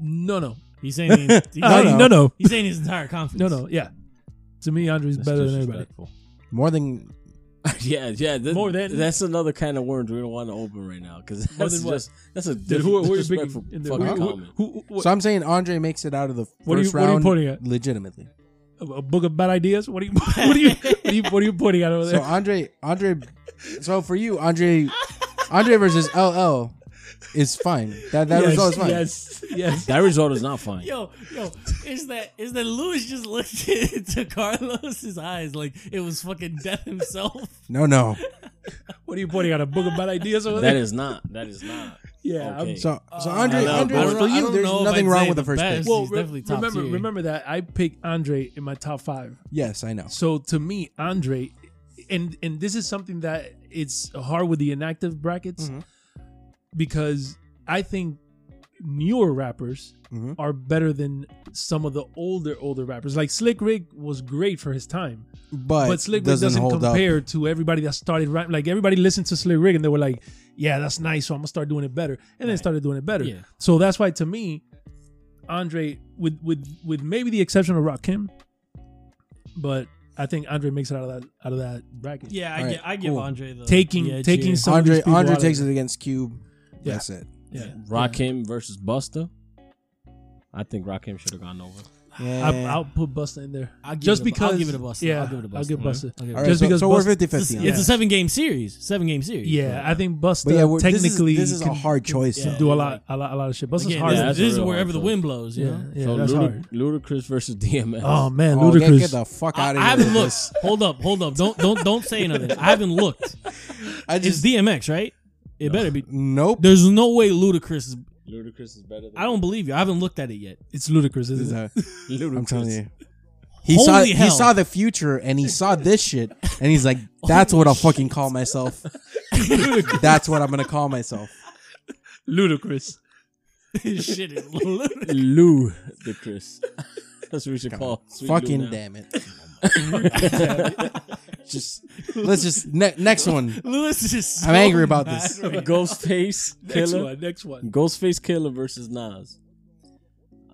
S5: No no
S2: He's saying. The, he's,
S5: no
S2: saying
S5: no no no
S2: he's saying his entire conference.
S5: no, yeah. To me, Andre's
S1: That's
S5: better than everybody.
S1: disrespectful.
S4: More than
S1: yeah, yeah. That,
S5: More than-
S1: that's another kind of worms we don't want to open right now because
S5: More
S1: that's
S5: than what?
S1: just that's a
S5: Dude,
S1: dis-
S5: who, who are you picking?
S1: disrespectful
S5: in the-
S1: fucking
S4: who- who-
S1: comment.
S5: who- who-
S4: so. I'm saying Andre makes it out of the first
S5: What are you- what are you
S4: round.
S5: pointing at?
S4: Legitimately.
S5: a book of bad ideas? What are you what are you what are you, what are you pointing at over
S4: So
S5: there?
S4: Andre, Andre, so for you, Andre, Andre versus LL is fine. That that
S5: yes,
S4: result is fine.
S5: Yes, yes.
S1: that result is not fine.
S2: Yo, yo, is that is that Lewis just looked into Carlos's eyes like it was fucking death himself?
S4: No, no.
S5: What are you pointing at? A book of bad ideas over
S1: that
S5: there?
S1: is not. That is not.
S5: yeah.
S1: okay.
S5: I'm,
S4: So so
S2: Uh,
S4: Andre,
S1: I
S4: Andre,
S1: don't know-
S4: for
S2: I
S4: you,
S2: don't
S4: there's
S2: know if
S4: nothing
S2: I'd
S4: wrong
S2: say
S4: with the
S2: the
S4: first pick.
S2: best.
S5: well,
S2: He's
S5: re-
S2: definitely top
S5: remember
S2: tier.
S5: remember that I picked Andre in my top five.
S4: Yes, I know.
S5: So to me, Andre, and and this is something that it's hard with the inactive brackets
S4: Mhm.
S5: because I think newer rappers
S4: Mhm.
S5: are better than some of the older older rappers. Like Slick Rick was great for his time,
S4: But,
S5: but Slick Rick
S4: doesn't,
S5: doesn't,
S4: hold
S5: compare
S4: up.
S5: to everybody that started rapping. Like everybody listened to Slick Rick and they were like, "Yeah, that's nice, so I'm gonna start doing it better," and then
S2: Right.
S5: started doing it better.
S2: Yeah.
S5: So that's why to me, Andre, with with with maybe the exception of Rakim, but I think Andre makes it out of that out of that bracket.
S2: Yeah, I,
S4: All right,
S2: gi- I give
S4: cool.
S2: Andre the
S5: Taking-
S2: the edge
S5: taking
S2: here.
S5: some- of
S4: Andre
S5: these people
S4: Andre
S5: out of
S4: takes
S5: it.
S4: it against Cube.
S5: Yeah.
S4: That's it.
S5: yeah.
S1: Rakim versus Busta. I think Rakim should have gone over.
S4: Yeah.
S5: I, I'll put Busta in there.
S2: I'll give
S5: Just
S2: it a-
S5: because,
S2: I'll give it a bust.
S5: Yeah,
S2: I'll give it a bust.
S5: I'll give Busta.
S2: I'll give it a
S4: All right,
S5: just
S4: so,
S5: because
S4: so we're
S5: Busta-
S4: 50
S2: It's,
S4: 50
S2: a,
S4: on
S5: yeah.
S2: it's a
S4: that.
S2: seven game series. Seven game series.
S5: Yeah, I think Busta
S4: But yeah, we're,
S5: technically
S4: technically, this is, a
S5: can
S4: hard choice.
S2: yeah.
S4: though.
S5: do a lot, a lot, a lot of shit. Busta's
S2: Again,
S5: hard.
S1: Yeah,
S2: this,
S1: that's
S2: this is
S1: a real
S2: wherever the
S1: hard
S2: wind blows. You
S5: yeah,
S2: know?
S5: yeah,
S1: so
S5: that's
S1: Luda-
S5: hard.
S1: Ludacris versus DMX.
S5: Oh man,
S4: Oh, get,
S5: ludicrous.
S4: get the fuck
S2: I,
S4: out
S2: I
S4: of here.
S2: haven't
S4: with
S2: looked.
S4: this.
S2: Hold up, hold up. Don't don't don't say nothing. I haven't looked.
S4: I
S2: It's
S4: just
S2: DMX, right? It better be.
S4: nope.
S2: There's no way Ludacris is.
S1: Ludacris is better. Than
S2: I don't believe you. I haven't looked at it yet.
S5: it's ludicrous.
S4: This is
S5: Isn't it?
S4: a-
S1: Ludacris.
S4: I'm telling you. He
S2: Holy
S4: saw
S2: hell.
S4: he saw the future and he saw this shit and he's like, "That's what I'll fucking call myself. That's what I'm gonna call myself."
S5: Ludicrous.
S2: This Shit is ludicrous.
S1: Lou the Chris. That's what we should call Sweet Lou
S4: Oh, fucking
S1: now.
S4: damn it. just let's just ne- next one.
S2: Lewis is. So
S4: I'm angry about
S2: mad
S4: this.
S2: right now.
S1: Ghostface
S5: Next
S1: Killer.
S5: one. Next one.
S1: Ghostface Killer versus Nas.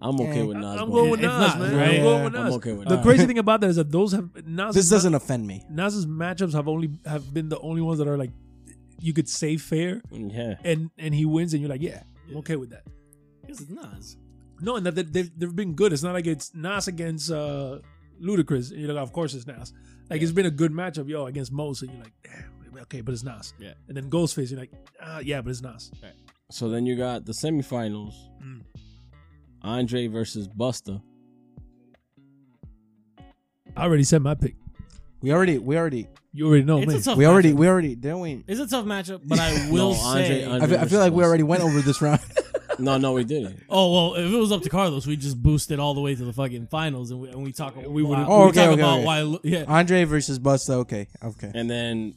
S1: I'm okay
S4: Yeah.
S1: with Nas.
S5: I'm
S1: but-
S5: going with
S2: It's
S5: Nas,
S2: not,
S5: man.
S2: right?
S5: I'm going with
S1: I'm
S5: Nas. Uh,
S1: okay with
S5: The
S1: Nas.
S5: crazy thing about that is that those have Nas.
S4: This
S5: is not-
S4: doesn't offend me.
S5: Nas's matchups have only have been the only ones that are like you could say fair
S1: Yeah.
S5: and and he wins and you're like yeah I'm okay with that.
S2: This is Nas.
S5: No, and that they- they've they've been good. It's not like it's Nas against uh Ludacris and you're like of course it's Nas. Like it's been a good matchup yo against Mos and you're like damn, okay but it's Nas.
S2: Yeah.
S5: And then Ghostface you're like ah yeah but it's Nas.
S1: So then you got the semifinals.
S5: Mm.
S1: Andre versus Busta.
S5: I already said my pick.
S4: We already we already
S5: You already know
S2: it's
S5: me.
S2: a tough.
S4: Oh, we already
S2: matchup.
S4: we already didn't we?
S2: It's a tough matchup, but I will
S1: No, Andre-
S2: say.
S1: Andre-
S4: I feel, I feel like we already went over this round.
S1: No, no, we didn't.
S2: Oh well, if it was up to Carlos, we just boost it all the way to the fucking finals, and we, and we talk. We would.
S4: Oh,
S2: we
S4: okay,
S2: talk
S4: okay,
S2: about
S4: okay.
S2: why. Lu- Yeah,
S4: Andre versus Busta. Okay, okay.
S1: And then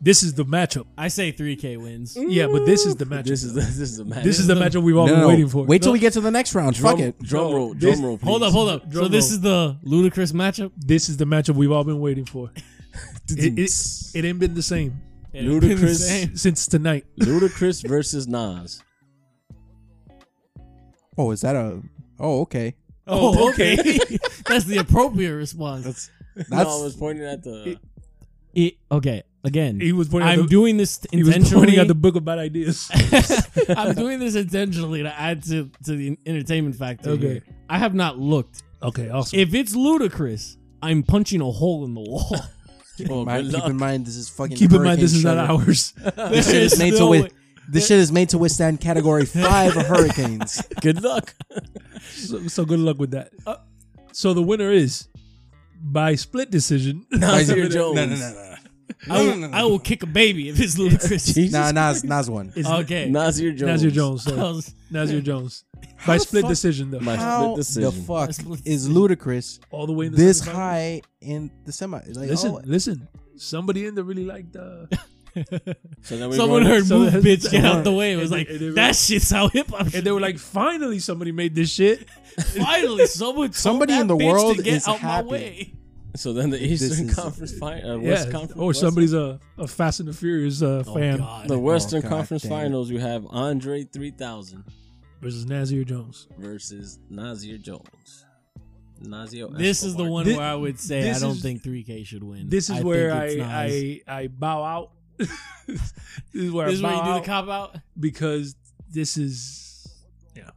S5: this is the matchup.
S2: I say three K wins.
S5: Yeah, but this is the matchup.
S1: this is the, this is the match.
S5: this is the matchup we've all
S4: No,
S5: been
S4: no, no.
S5: waiting for.
S4: Wait till we get to the next round.
S1: drum,
S4: Fuck it.
S1: drum roll.
S5: This-
S1: Drum roll. Please.
S2: Hold up, hold up.
S5: Drum
S2: so this
S5: roll.
S2: is the ludicrous matchup.
S5: This is the matchup we've all been waiting for. it, it, it ain't been the same
S1: Ludicrous.
S2: Insane.
S5: since tonight.
S1: Ludacris versus Nas.
S4: Oh, is that a? Oh, okay.
S2: Oh, okay. That's the appropriate response.
S4: That's
S1: no, I was pointing at the.
S2: It, okay, again,
S5: He was pointing.
S2: I'm
S5: at the,
S2: doing this
S5: he was pointing
S2: intentionally.
S5: at the book of bad ideas.
S2: I'm doing this intentionally to add to, to the entertainment factor.
S5: Okay.
S2: here. I have not looked.
S5: okay, awesome.
S2: If it's ludicrous, I'm punching a hole in the wall.
S1: Oh,
S4: mind-
S1: good
S4: keep
S1: luck.
S4: in mind this is fucking.
S5: Keep in mind, this is
S4: hurricane
S5: not
S4: shutter.
S5: ours.
S2: There
S4: shit is
S2: is
S4: made to
S2: no
S4: win.
S2: way-
S4: This shit is made to withstand Category Five hurricanes.
S1: Good luck.
S5: so, so good luck with that.
S4: Uh,
S5: so the winner is by split decision.
S1: Nasir Jones.
S4: no.
S2: I will, I will kick a baby if it's ludicrous.
S1: Jesus.
S4: Nah, Nas, Nas won.
S5: It's
S2: okay.
S1: Nasir Jones.
S5: Nasir Jones.
S2: I
S5: sorry.
S2: was-
S5: Nazir Jones. By split
S4: Oh. fuck-
S5: decision, though,
S1: My
S4: How
S1: split decision.
S4: the fuck
S2: Split
S4: is ludicrous
S5: all the way in the
S4: this
S5: semifinals.
S4: high in the semi? Like,
S5: Listen,
S4: oh,
S5: listen. Somebody in there really liked uh,
S1: So then we
S2: Someone
S1: wrote-
S2: heard
S5: So
S2: "move,
S5: that's-
S2: bitch, get out the way." It was
S5: And
S2: like
S5: they- and they were-
S2: that shit's how hip hop.
S5: and they were like, "Finally, somebody made this shit."
S2: Finally, someone told
S4: Somebody
S2: that
S4: in the
S2: bitch to
S4: world
S2: get
S4: is
S2: out
S4: happy.
S2: my way.
S1: So then the Eastern
S4: is-
S1: Conference final, uh,
S5: Yeah,
S1: West Conference,
S5: or
S1: West-
S4: "Oh,
S5: somebody's a, a Fast and the Furious uh,
S2: Oh,
S5: fan
S2: God.
S1: The Western
S4: God
S1: Conference
S4: damn it.
S1: Finals. You have Andre 3000
S5: versus Nazir Jones.
S1: versus Nazir Jones. Nazir.
S2: This is the
S1: Escobar.
S2: one
S5: This-
S2: where I would say I
S5: this
S2: don't
S5: is-
S2: think 3K should win.
S5: This is
S2: I
S5: where
S2: think
S5: I,
S2: it's Nas.
S5: I I bow out. this is where
S2: this is
S5: I
S2: where
S5: bow
S2: you do
S5: out
S2: the cop out.
S5: because this is yeah,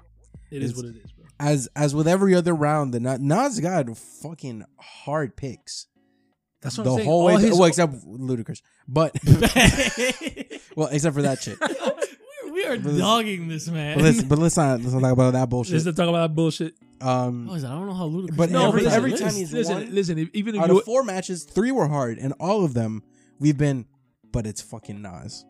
S5: it is
S4: It's-
S5: what it is, bro.
S4: As as with every other round, the Na- Nas got fucking hard picks.
S5: That's what
S4: The
S5: I'm saying.
S4: whole
S5: All
S4: way,
S5: his-
S4: well, except Ludacris, but well, except for that shit. But
S2: We're- we are
S4: But this-
S2: dogging this man.
S4: let's, but let's not let's not talk about that
S5: Let's
S4: bullshit.
S5: not talk about that bullshit.
S2: What
S4: Um,
S2: Oh, is that? I don't know how ludicrous.
S4: But
S2: No,
S4: every-
S2: but
S4: every
S2: listen,
S4: time he's
S5: listen,
S4: won-
S5: listen. If, even if
S4: out of
S5: you
S4: four matches, three were hard, and all of them we've been, but it's fucking Nas.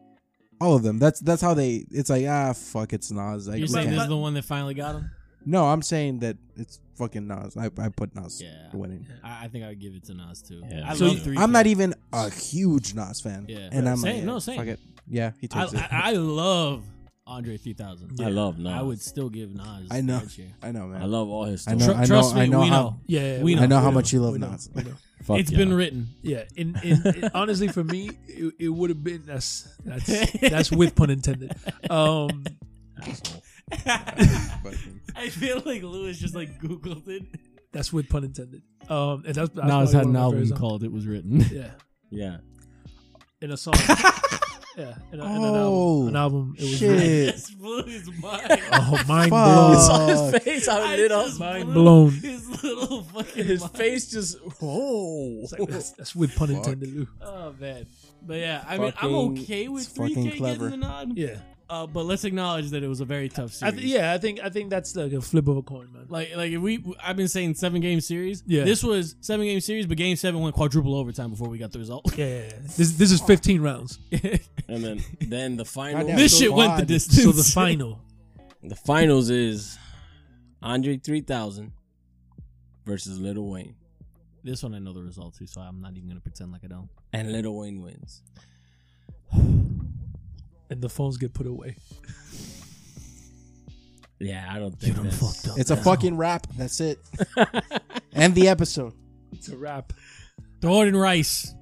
S4: All of them. That's that's how they. It's like ah fuck, it's Nas. Like,
S2: you're
S4: we
S2: saying
S4: can't-
S2: this is the one that finally got him.
S4: No, I'm saying that it's fucking Nas. I, I put Nas
S2: Yeah.
S4: winning.
S2: I, I think I would give it to Nas too.
S1: Yeah.
S2: I
S5: So
S2: love
S5: you-
S2: 3K.
S4: I'm not even a huge Nas fan.
S2: Yeah.
S4: And I'm
S2: Same,
S4: like,
S2: no,
S4: yeah,
S2: same.
S4: Fuck it. Yeah, he
S2: I,
S4: takes it. I,
S2: I, I love Andre 3000.
S1: I love Nas.
S2: I would still give Nas.
S4: I know.
S2: that shit.
S4: know, man.
S1: I love all his
S4: I
S1: stuff.
S4: know.
S2: Tr-
S4: I know.
S2: trust me,
S4: I know
S2: we
S4: how.
S2: know.
S5: yeah, yeah,
S2: We
S5: yeah,
S2: know
S4: how
S5: we
S4: much you love
S5: we know,
S4: Nas.
S5: we know.
S1: Fuck
S2: It's
S1: yeah.
S2: been written.
S5: Yeah, and, and, and honestly, for me, it, it would have been that's that's that's with pun intended. Um,
S2: I feel like Lewis just like Googled it.
S5: that's with pun intended. Um, and that's, that's
S2: Nas
S5: probably
S2: had an
S5: one of my
S2: album
S5: favorite songs.
S2: called "It Was Written."
S5: yeah,
S1: yeah.
S5: in a song. yeah, in, a, in an
S4: Oh,
S5: album. An album. It was written.
S4: Shit.
S2: This blew his mind.
S5: Oh, mind blown.
S4: Fuck.
S1: face
S2: I just
S5: Mind
S2: blew
S5: blown.
S2: His oh. little fucking mind.
S1: face just whoa.
S5: It's like, that's, that's with pun
S4: Fuck.
S5: intended. Lou.
S2: Oh man. But yeah, I mean, I'm
S1: Fucking-
S2: okay with
S4: it's fucking
S2: 3K
S4: clever.
S2: getting the nod.
S5: Yeah,
S2: Uh, but let's acknowledge that it was a very tough
S5: I
S2: series.
S5: th- yeah. I think I think that's like a flip of a coin, man.
S2: Like, like if we, I've been saying seven game series.
S5: Yeah.
S2: This was seven game series, but game seven went quadruple overtime before we got the result.
S5: yeah, yeah, yeah. This this is 15 rounds.
S1: And then then the final
S4: Goddamn.
S2: this
S4: so
S2: shit went the
S4: odd.
S2: distance.
S5: So the final.
S1: the finals is Andre 3000 versus Little Wayne.
S2: This one I know the result too, so I'm not even gonna pretend like I don't.
S1: And Little Wayne wins.
S5: And the phones get put away.
S1: Yeah, I don't think
S2: done
S1: that's,
S2: fucked up.
S4: It's a fucking rap. That's it. End the episode.
S5: It's a wrap.
S2: Jordan Rice.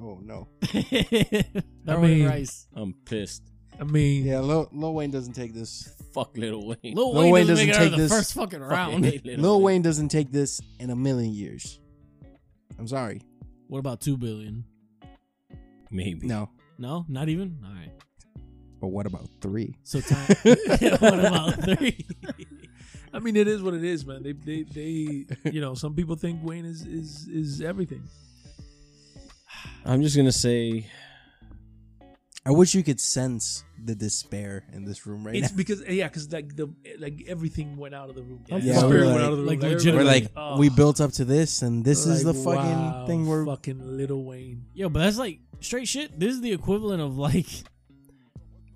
S4: Oh no.
S2: Jordan
S5: mean-
S2: Rice.
S1: I'm pissed.
S5: I mean,
S4: Yeah, Lil, Lil Wayne doesn't take this.
S1: Fuck Little Wayne.
S2: Lil,
S4: Lil
S2: Wayne,
S4: Wayne
S2: doesn't
S4: doesn't
S2: make it out
S4: take
S2: of the
S4: this
S2: first fucking
S1: Fucking
S2: round.
S1: hate Little,
S4: Lil Wayne doesn't take this in a million years. I'm sorry.
S2: What about two billion?
S1: Maybe.
S4: No.
S2: No, not even. All right.
S4: But what about three?
S2: So time. what about three?
S5: I mean, it is what it is, man. They they they. You know, some people think Wayne is is is everything.
S1: I'm just gonna say
S4: I wish you could sense the despair in this room right
S5: It's
S4: now.
S5: because yeah, because like the like everything went out of the room.
S2: Yeah,
S4: Yeah, we're
S5: Spirit
S4: like-
S5: went out of the room.
S2: like
S5: everybody-
S4: We're
S2: legitimately.
S4: like,
S5: Ugh.
S4: we built up to this, and this is the
S5: Like,
S4: fucking
S5: wow,
S4: thing we're
S5: fucking Little Wayne.
S2: Yo, but that's like straight shit. This is the equivalent of like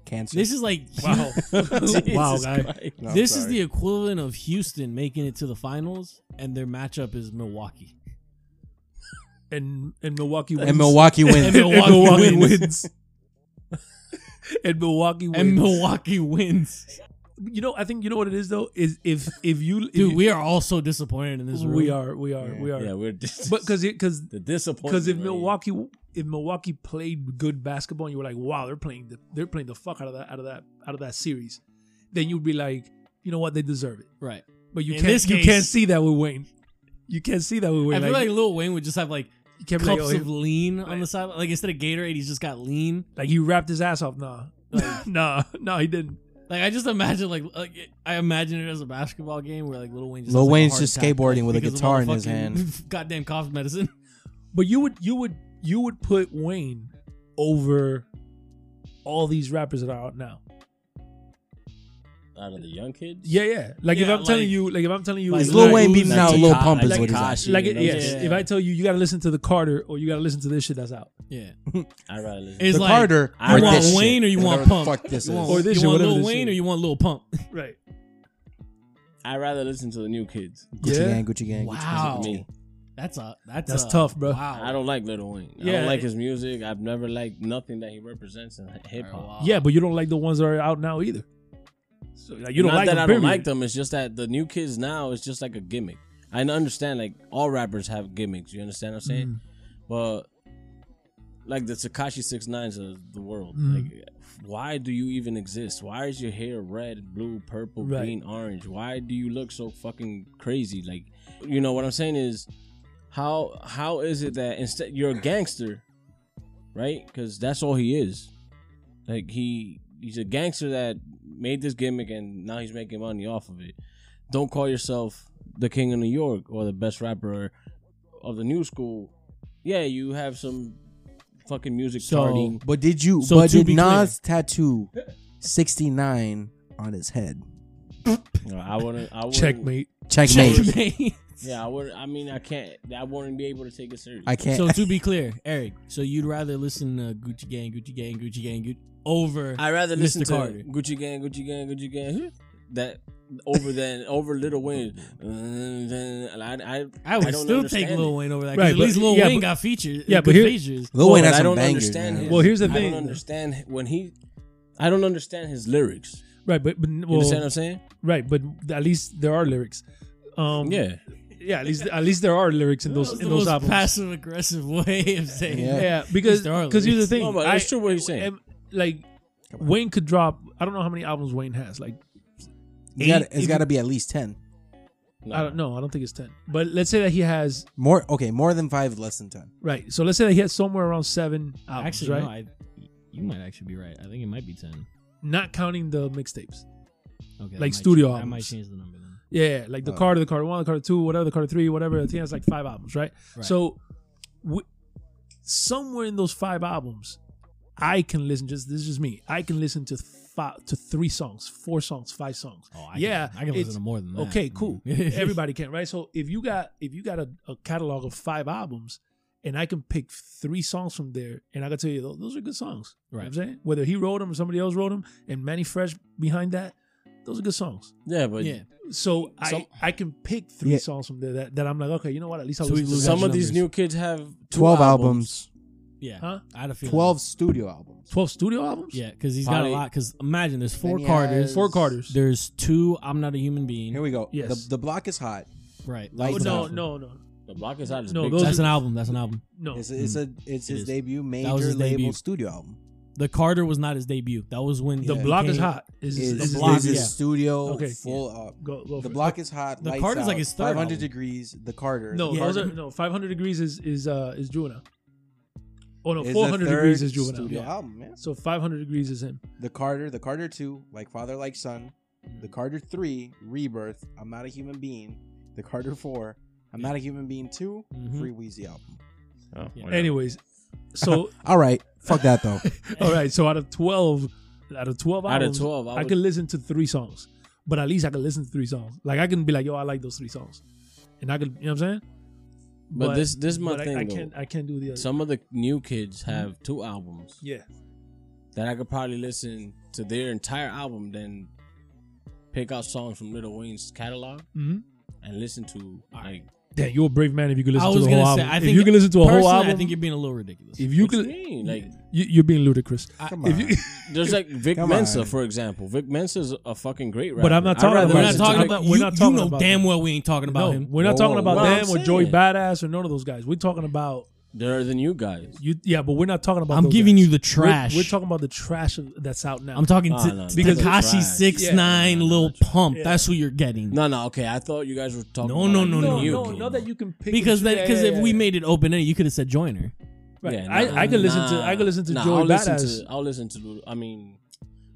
S4: cancer.
S2: this is like
S5: Wow, wow,
S1: Jesus
S5: guy.
S1: Christ.
S4: No, I'm
S2: this is
S4: sorry.
S2: the equivalent of Houston making it to the finals and their matchup is Milwaukee.
S5: And and Milwaukee wins.
S4: and Milwaukee
S2: And
S4: wins.
S2: Milwaukee
S5: Milwaukee
S2: wins.
S5: wins. and Milwaukee wins.
S2: And Milwaukee wins.
S5: you know, I think you know what it is though is if if you if
S2: Dude,
S5: you-
S2: we are all so disappointed in this room.
S5: we are we are
S4: Yeah.
S5: we are.
S1: Yeah, we're dis-
S5: But because because
S1: the disappointment.
S5: because if
S1: right?
S5: Milwaukee if Milwaukee played good basketball and you were like wow they're playing the, they're playing the fuck out of that out of that out of that series, then you'd be like you know what they deserve it.
S2: Right.
S5: But you
S2: In
S5: can't
S2: this
S5: you
S2: case-
S5: can't see that with Wayne. You can't see that with Wayne.
S2: I feel like Lil Wayne would just have like
S5: you can't be
S2: cups
S5: like, oh, he-
S2: of lean on the side. Like instead of Gatorade, he's just got lean.
S5: Like he wrapped his ass off. Nah,
S2: Like-
S5: nah, nah. He didn't.
S2: Like I just imagine like, like I imagine it as a basketball game where like Lil Wayne just
S4: Lil
S2: has, like, a
S4: Wayne's
S2: hard
S4: just
S2: time,
S4: skateboarding with a
S2: because of
S4: guitar
S2: all
S4: in
S2: the
S4: his
S2: fucking
S4: hand.
S2: Goddamn cough medicine.
S5: But you would, you would, you would put Wayne over all these rappers that are out now.
S1: out of the young kids,
S5: Yeah, yeah. Like if
S2: Yeah,
S5: I'm telling
S2: like-
S5: you, like if I'm telling you,
S2: like
S4: Is
S5: like,
S4: Lil
S2: Like
S4: Wayne
S2: who's
S4: beating
S2: that
S4: out
S2: Takashi?
S4: Lil Pump is
S1: Like
S4: what he's at.
S1: Takashi.
S5: like
S1: Yeah.
S5: it, yes.
S2: Yeah.
S5: If I tell you, you gotta listen to the Carter or you gotta listen to this shit that's out,
S2: Yeah.
S1: I'd rather listen.
S2: It's
S4: The
S2: like
S4: Carter.
S1: I
S4: or
S2: you
S1: want
S4: this shit.
S2: Wayne or you
S4: I
S2: want
S4: don't know
S2: Pump?
S4: Fuck this
S2: you
S4: is.
S2: want,
S5: Or
S2: you
S5: this shit,
S2: want
S5: whatever
S2: Lil
S5: this
S2: Wayne
S5: shit
S2: or
S5: is.
S2: you want Lil Pump?
S5: right?
S1: I'd rather listen to the new kids.
S4: Gucci
S5: Yeah.
S4: gang, Gucci gang. Gucci
S2: Wow.
S4: Gang.
S2: That's a that's
S5: That's
S2: a-
S5: tough, bro.
S2: Wow.
S1: I don't like Little Wayne. I
S5: Yeah.
S1: don't like his music. I've never liked nothing that he represents in hip hop.
S2: Wow.
S5: Yeah, but you don't like the ones that are out now either. So like, you don't
S1: Not
S5: like
S1: that
S5: them.
S1: I don't
S5: period.
S1: like them. It's just that the new kids now is just like a gimmick. I understand like all rappers have gimmicks. You understand what I'm saying?
S5: Mm.
S1: But like the Takashi Six Nines of the world.
S5: Mm.
S1: Like, why do you even exist? Why is your hair red, blue, purple,
S5: Right.
S1: green, orange? Why do you look so fucking crazy? Like, you know what I'm saying is, how how is it that instead you're a gangster, right? Because that's all he is. Like he he's a gangster that made this gimmick and now he's making money off of it. Don't call yourself the king of New York or the best rapper of the new school. Yeah, you have some fucking music
S2: So-
S1: charting.
S4: But did you?
S2: So
S4: but
S2: to
S4: did
S2: be
S4: Nas tattoo sixty nine on his head?
S1: You know, I wouldn't. I wouldn't
S5: Checkmate.
S4: Checkmate.
S1: Yeah, I would. I mean, I can't. I wouldn't be able to take it serious.
S4: I can't.
S2: so to be clear, Eric, so you'd rather listen to Gucci Gang, Gucci Gang, Gucci Gang, Gucci over
S1: I rather listen
S2: Mr.
S1: to
S2: Carter.
S1: Gucci Gang, Gucci Gang, Gucci Gang. That over than over Little Wayne. Uh, I, I,
S2: I would
S1: I don't
S2: still take
S1: understand
S2: Lil
S1: it.
S2: Wayne over that. 'cause
S5: Right,
S2: at
S5: but-
S2: least Lil
S5: yeah,
S2: Wayne
S5: but-
S2: got features.
S5: yeah,
S2: good
S5: but here-
S2: features.
S4: Lil Wayne
S1: Well,
S4: has
S1: I
S4: some
S1: don't
S4: bangers.
S1: understand
S4: man.
S1: his.
S5: Well, here's the
S1: I
S5: thing.
S1: don't understand when he. I don't understand his lyrics.
S5: Right, but, but
S1: You understand what
S5: well,
S1: I'm saying?
S5: right, but at least there are lyrics. Um,
S1: Yeah.
S5: yeah. At least at least there are lyrics in
S2: That was
S5: those
S2: the
S5: in those
S2: most
S5: albums.
S2: passive aggressive way of saying
S4: Yeah.
S2: it.
S5: yeah, because
S2: there are
S5: because here's the
S2: lyrics.
S5: thing.
S1: No, but
S5: I-
S1: it's true what he's saying.
S5: am- like Wayne could drop. I don't know how many albums Wayne has. Like
S4: It's gotta-
S5: Eight-
S4: it's got to be at least ten.
S1: No.
S5: I don't know. I don't think it's ten. But let's say that he has
S4: More okay, more than five, less than ten.
S5: right. So let's say that he has somewhere around seven albums.
S2: Actually,
S5: right,
S2: no, I, you might actually be right. I think it might be ten.
S5: not counting the mixtapes.
S2: Okay, that
S5: Like
S2: might
S5: studio
S2: change-
S5: albums.
S2: That might change the number then.
S5: Yeah, like the
S4: Oh.
S5: Carter, the Carter one, the Carter two, whatever, the Carter three, whatever. I think that's like five albums, right?
S2: Right.
S5: So, w- somewhere in those five albums, I can listen. Just this is just me. I can listen to five, to three songs, four songs, five songs.
S2: Oh, I
S5: yeah,
S2: can, I can
S5: it's-
S2: listen to more than that.
S5: Okay, cool.
S2: Mm.
S5: Everybody can, right? So if you got if you got a, a catalog of five albums, and I can pick three songs from there, and I can tell you tho- those are good songs. You know what
S2: Right.
S5: I'm saying whether he wrote them or somebody else wrote them, and Manny Fresh behind that, those are good songs.
S1: Yeah, but
S2: yeah.
S5: So
S1: Some-
S5: I I can pick three
S4: Yeah.
S5: songs from there that, that I'm like, okay, you know what? At least I'll
S2: So we
S5: listen to
S2: lose
S5: that.
S1: some of these
S2: numbers.
S1: new kids have two
S4: Twelve albums,
S2: Yeah.
S5: Huh?
S2: I had a feeling.
S4: twelve studio albums.
S5: twelve studio albums.
S2: Yeah, because he's
S1: Probably-
S2: got a lot. Because imagine there's four
S4: Then he
S2: Carters.
S4: has-
S5: Four Carters.
S2: There's two. I'm not a human being.
S4: Here we go.
S5: Yes.
S4: The, the block is hot.
S2: right.
S4: Lights
S5: Oh,
S4: It's
S5: no,
S4: awesome.
S5: no, no,
S1: The block is out.
S5: No,
S1: big
S5: those
S1: time.
S2: That's an album. That's an album.
S5: no.
S4: It's, it's a
S2: Oh.
S4: it's
S2: Mm. It
S4: his
S2: is.
S4: debut
S2: That was
S4: major
S2: his
S4: label
S2: debut.
S4: studio album.
S2: The Carter was not his debut. That was when
S5: the
S2: he
S5: block is
S2: became-
S5: hot. Is,
S4: Is,
S5: is,
S4: is,
S5: the
S2: block,
S5: block?
S4: his
S2: yeah.
S4: studio
S5: Okay.
S4: full up?
S5: Go, go for
S4: The
S5: it.
S4: block is hot.
S2: The
S4: lights
S2: Carter's
S4: out,
S2: like his third
S4: 500
S2: album.
S4: degrees. The Carter.
S5: No,
S4: the
S5: those
S4: Carter
S5: are no. Five hundred degrees is is uh is juvenile. Oh no,
S4: is the
S5: four hundred
S4: third
S5: degrees is juvenile.
S4: Studio
S5: yeah.
S4: album. Yeah.
S5: So five hundred degrees is him.
S4: The Carter. The Carter two. Like father, like son. The Carter three. Rebirth. I'm not a human being. The Carter four. I'm not a human being two.
S2: Mhm.
S4: Free Wheezy album.
S1: Oh,
S2: Yeah.
S1: whatever.
S5: Anyways, so
S4: All right. Fuck that though.
S5: all right. So out of twelve, out of twelve
S1: out of
S5: albums,
S1: twelve, I,
S5: I
S1: would-
S5: can listen to three songs, but at least I can listen to three songs. Like I can be like, yo, I like those three songs, and I could, you know what I'm saying?
S1: But this- this is my
S5: but I-
S1: thing,
S5: I,
S1: though.
S5: can't, I can't do the other.
S1: Some of the new kids have two albums
S5: yeah,
S1: that I could probably listen to their entire album, then pick out songs from Little Wayne's catalog
S5: mm-hmm.
S1: and listen to. Like,
S5: damn, you're a brave man if you could
S2: I
S5: listen to
S2: was
S5: the
S2: gonna
S5: whole
S2: say.
S5: album.
S2: I
S5: if
S2: think
S5: you can listen to a whole
S2: personally,
S5: album,
S2: I think you're being a little ridiculous.
S5: if you
S1: what you
S5: could,
S1: mean? Like,
S5: you, you're being ludicrous.
S4: Come
S5: If
S4: on.
S5: you,
S1: there's like Vic
S4: Come
S1: Mensa,
S4: on.
S1: for example. Vic Mensa's a fucking great rapper.
S5: But I'm not
S1: I'd
S5: talking
S1: rather
S5: about-
S2: we're not
S1: listen to
S2: talking
S1: Vic-
S2: about.
S5: we're
S2: you,
S5: not
S2: you
S5: talking
S2: know
S5: about
S2: damn
S5: him.
S2: well we ain't talking about
S5: no,
S2: him.
S5: we're not
S4: Whoa,
S5: talking
S4: whoa,
S5: about
S1: whoa.
S5: them
S1: Well,
S5: or
S1: I'm
S5: Joey
S1: saying.
S5: Badass or none of those guys. We're talking about
S1: They're the new guys.
S5: you. Yeah, but we're not talking about.
S2: I'm
S5: those
S2: giving
S5: guys.
S2: you the trash.
S5: We're, we're talking about the trash of- that's out now.
S2: I'm talking
S1: Ah,
S2: to
S1: no,
S2: to
S1: because-
S2: Takashi
S1: Trash.
S2: Six
S5: Yeah.
S2: Nine,
S1: No, no,
S2: Lil
S1: no,
S2: Pump.
S5: Yeah.
S2: That's who you're getting.
S1: No, no, okay. I thought you guys were talking.
S2: No,
S1: about
S2: no,
S1: like
S2: no,
S1: the
S2: no,
S5: no,
S1: new
S2: you
S5: no,
S1: kid.
S5: no, that you can pick
S2: Because
S5: and
S2: that
S5: choose.
S2: because
S5: Yeah,
S2: if
S5: yeah,
S2: we
S5: yeah.
S2: made it open ended, you could have said Joiner.
S5: Right.
S1: Yeah,
S5: I,
S1: nah,
S5: I could listen to
S1: nah.
S5: I could listen to
S1: Nah,
S5: Joey
S1: I'll listen
S5: Badass.
S1: to- I'll listen to. Lil- I mean,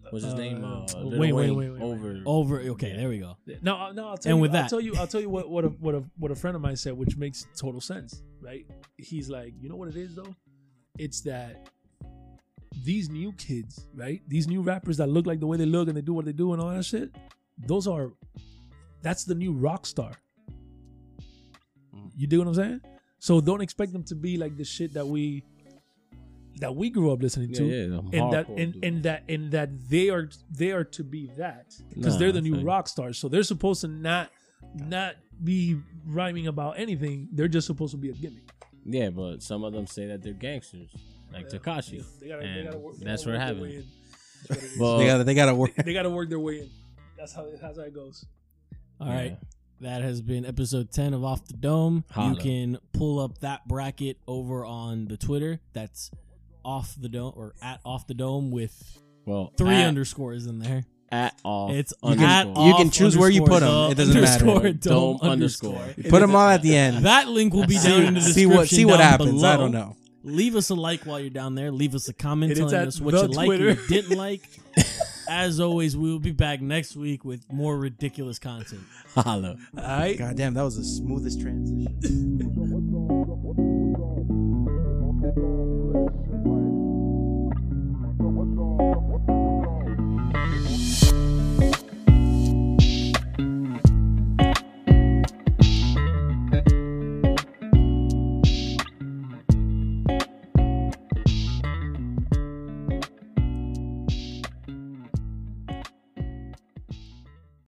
S1: what's his
S5: Uh,
S1: name? Uh,
S5: wait,
S1: Lil
S5: wait, wait,
S1: Wayne
S5: wait, wait.
S1: Over.
S2: Over. Okay, there we go.
S5: No, I- no, I'll tell
S2: And
S5: you.
S2: with
S5: I'll
S2: that-
S5: tell you. I'll tell you what what a what a what a friend of mine said, which makes total sense. Right? He's like, you know what it is though? It's that these new kids, right? These new rappers that look like the way they look and they do what they do and all that shit. Those are, that's the new rock star. You do what I'm saying? So don't expect them to be like the shit that we that we grew up listening
S1: Yeah,
S5: to.
S1: yeah, the
S5: and that
S1: hardcore
S5: and,
S1: dude.
S5: and that and that they are they are to be that because
S1: Nah,
S5: they're the new
S1: thank-
S5: rock stars so they're supposed to not not be rhyming about anything. They're just supposed to be a gimmick.
S1: Yeah, but some of them say that they're gangsters, like
S5: Yeah.
S1: Takashi.
S5: They gotta,
S1: And
S5: they gotta work, they
S1: that's what
S5: gotta work their way
S1: happened.
S5: in. That's what it is.
S1: Well,
S4: they gotta they gotta work.
S5: they gotta work their way in. That's how that's how it goes.
S2: All right. That has been episode 10 of Off the Dome.
S1: Holla.
S2: You can pull up that bracket over on the Twitter. That's off the dome or at off the dome with
S1: Well,
S2: three
S1: at,
S2: underscores in there.
S1: at all.
S2: It's
S1: you
S4: can-
S2: at
S1: can,
S4: you can choose where you put 'em.
S2: underscore
S4: It doesn't matter.
S2: underscore Dome,
S1: Dome
S2: underscore.
S1: underscore.
S2: It
S4: Put
S2: is-
S4: them all at the end.
S2: That link will be down in the description.
S4: see what see what
S2: down
S4: happens.
S2: below.
S4: I don't know.
S2: Leave us a like while you're down there. Leave us a comment
S5: It is
S2: telling
S5: at
S2: us what
S5: the
S2: you like,
S5: Twitter.
S2: you didn't like. As always, we will be back next week with more ridiculous content.
S1: holla.
S5: All right.
S4: God damn, that was the smoothest transition.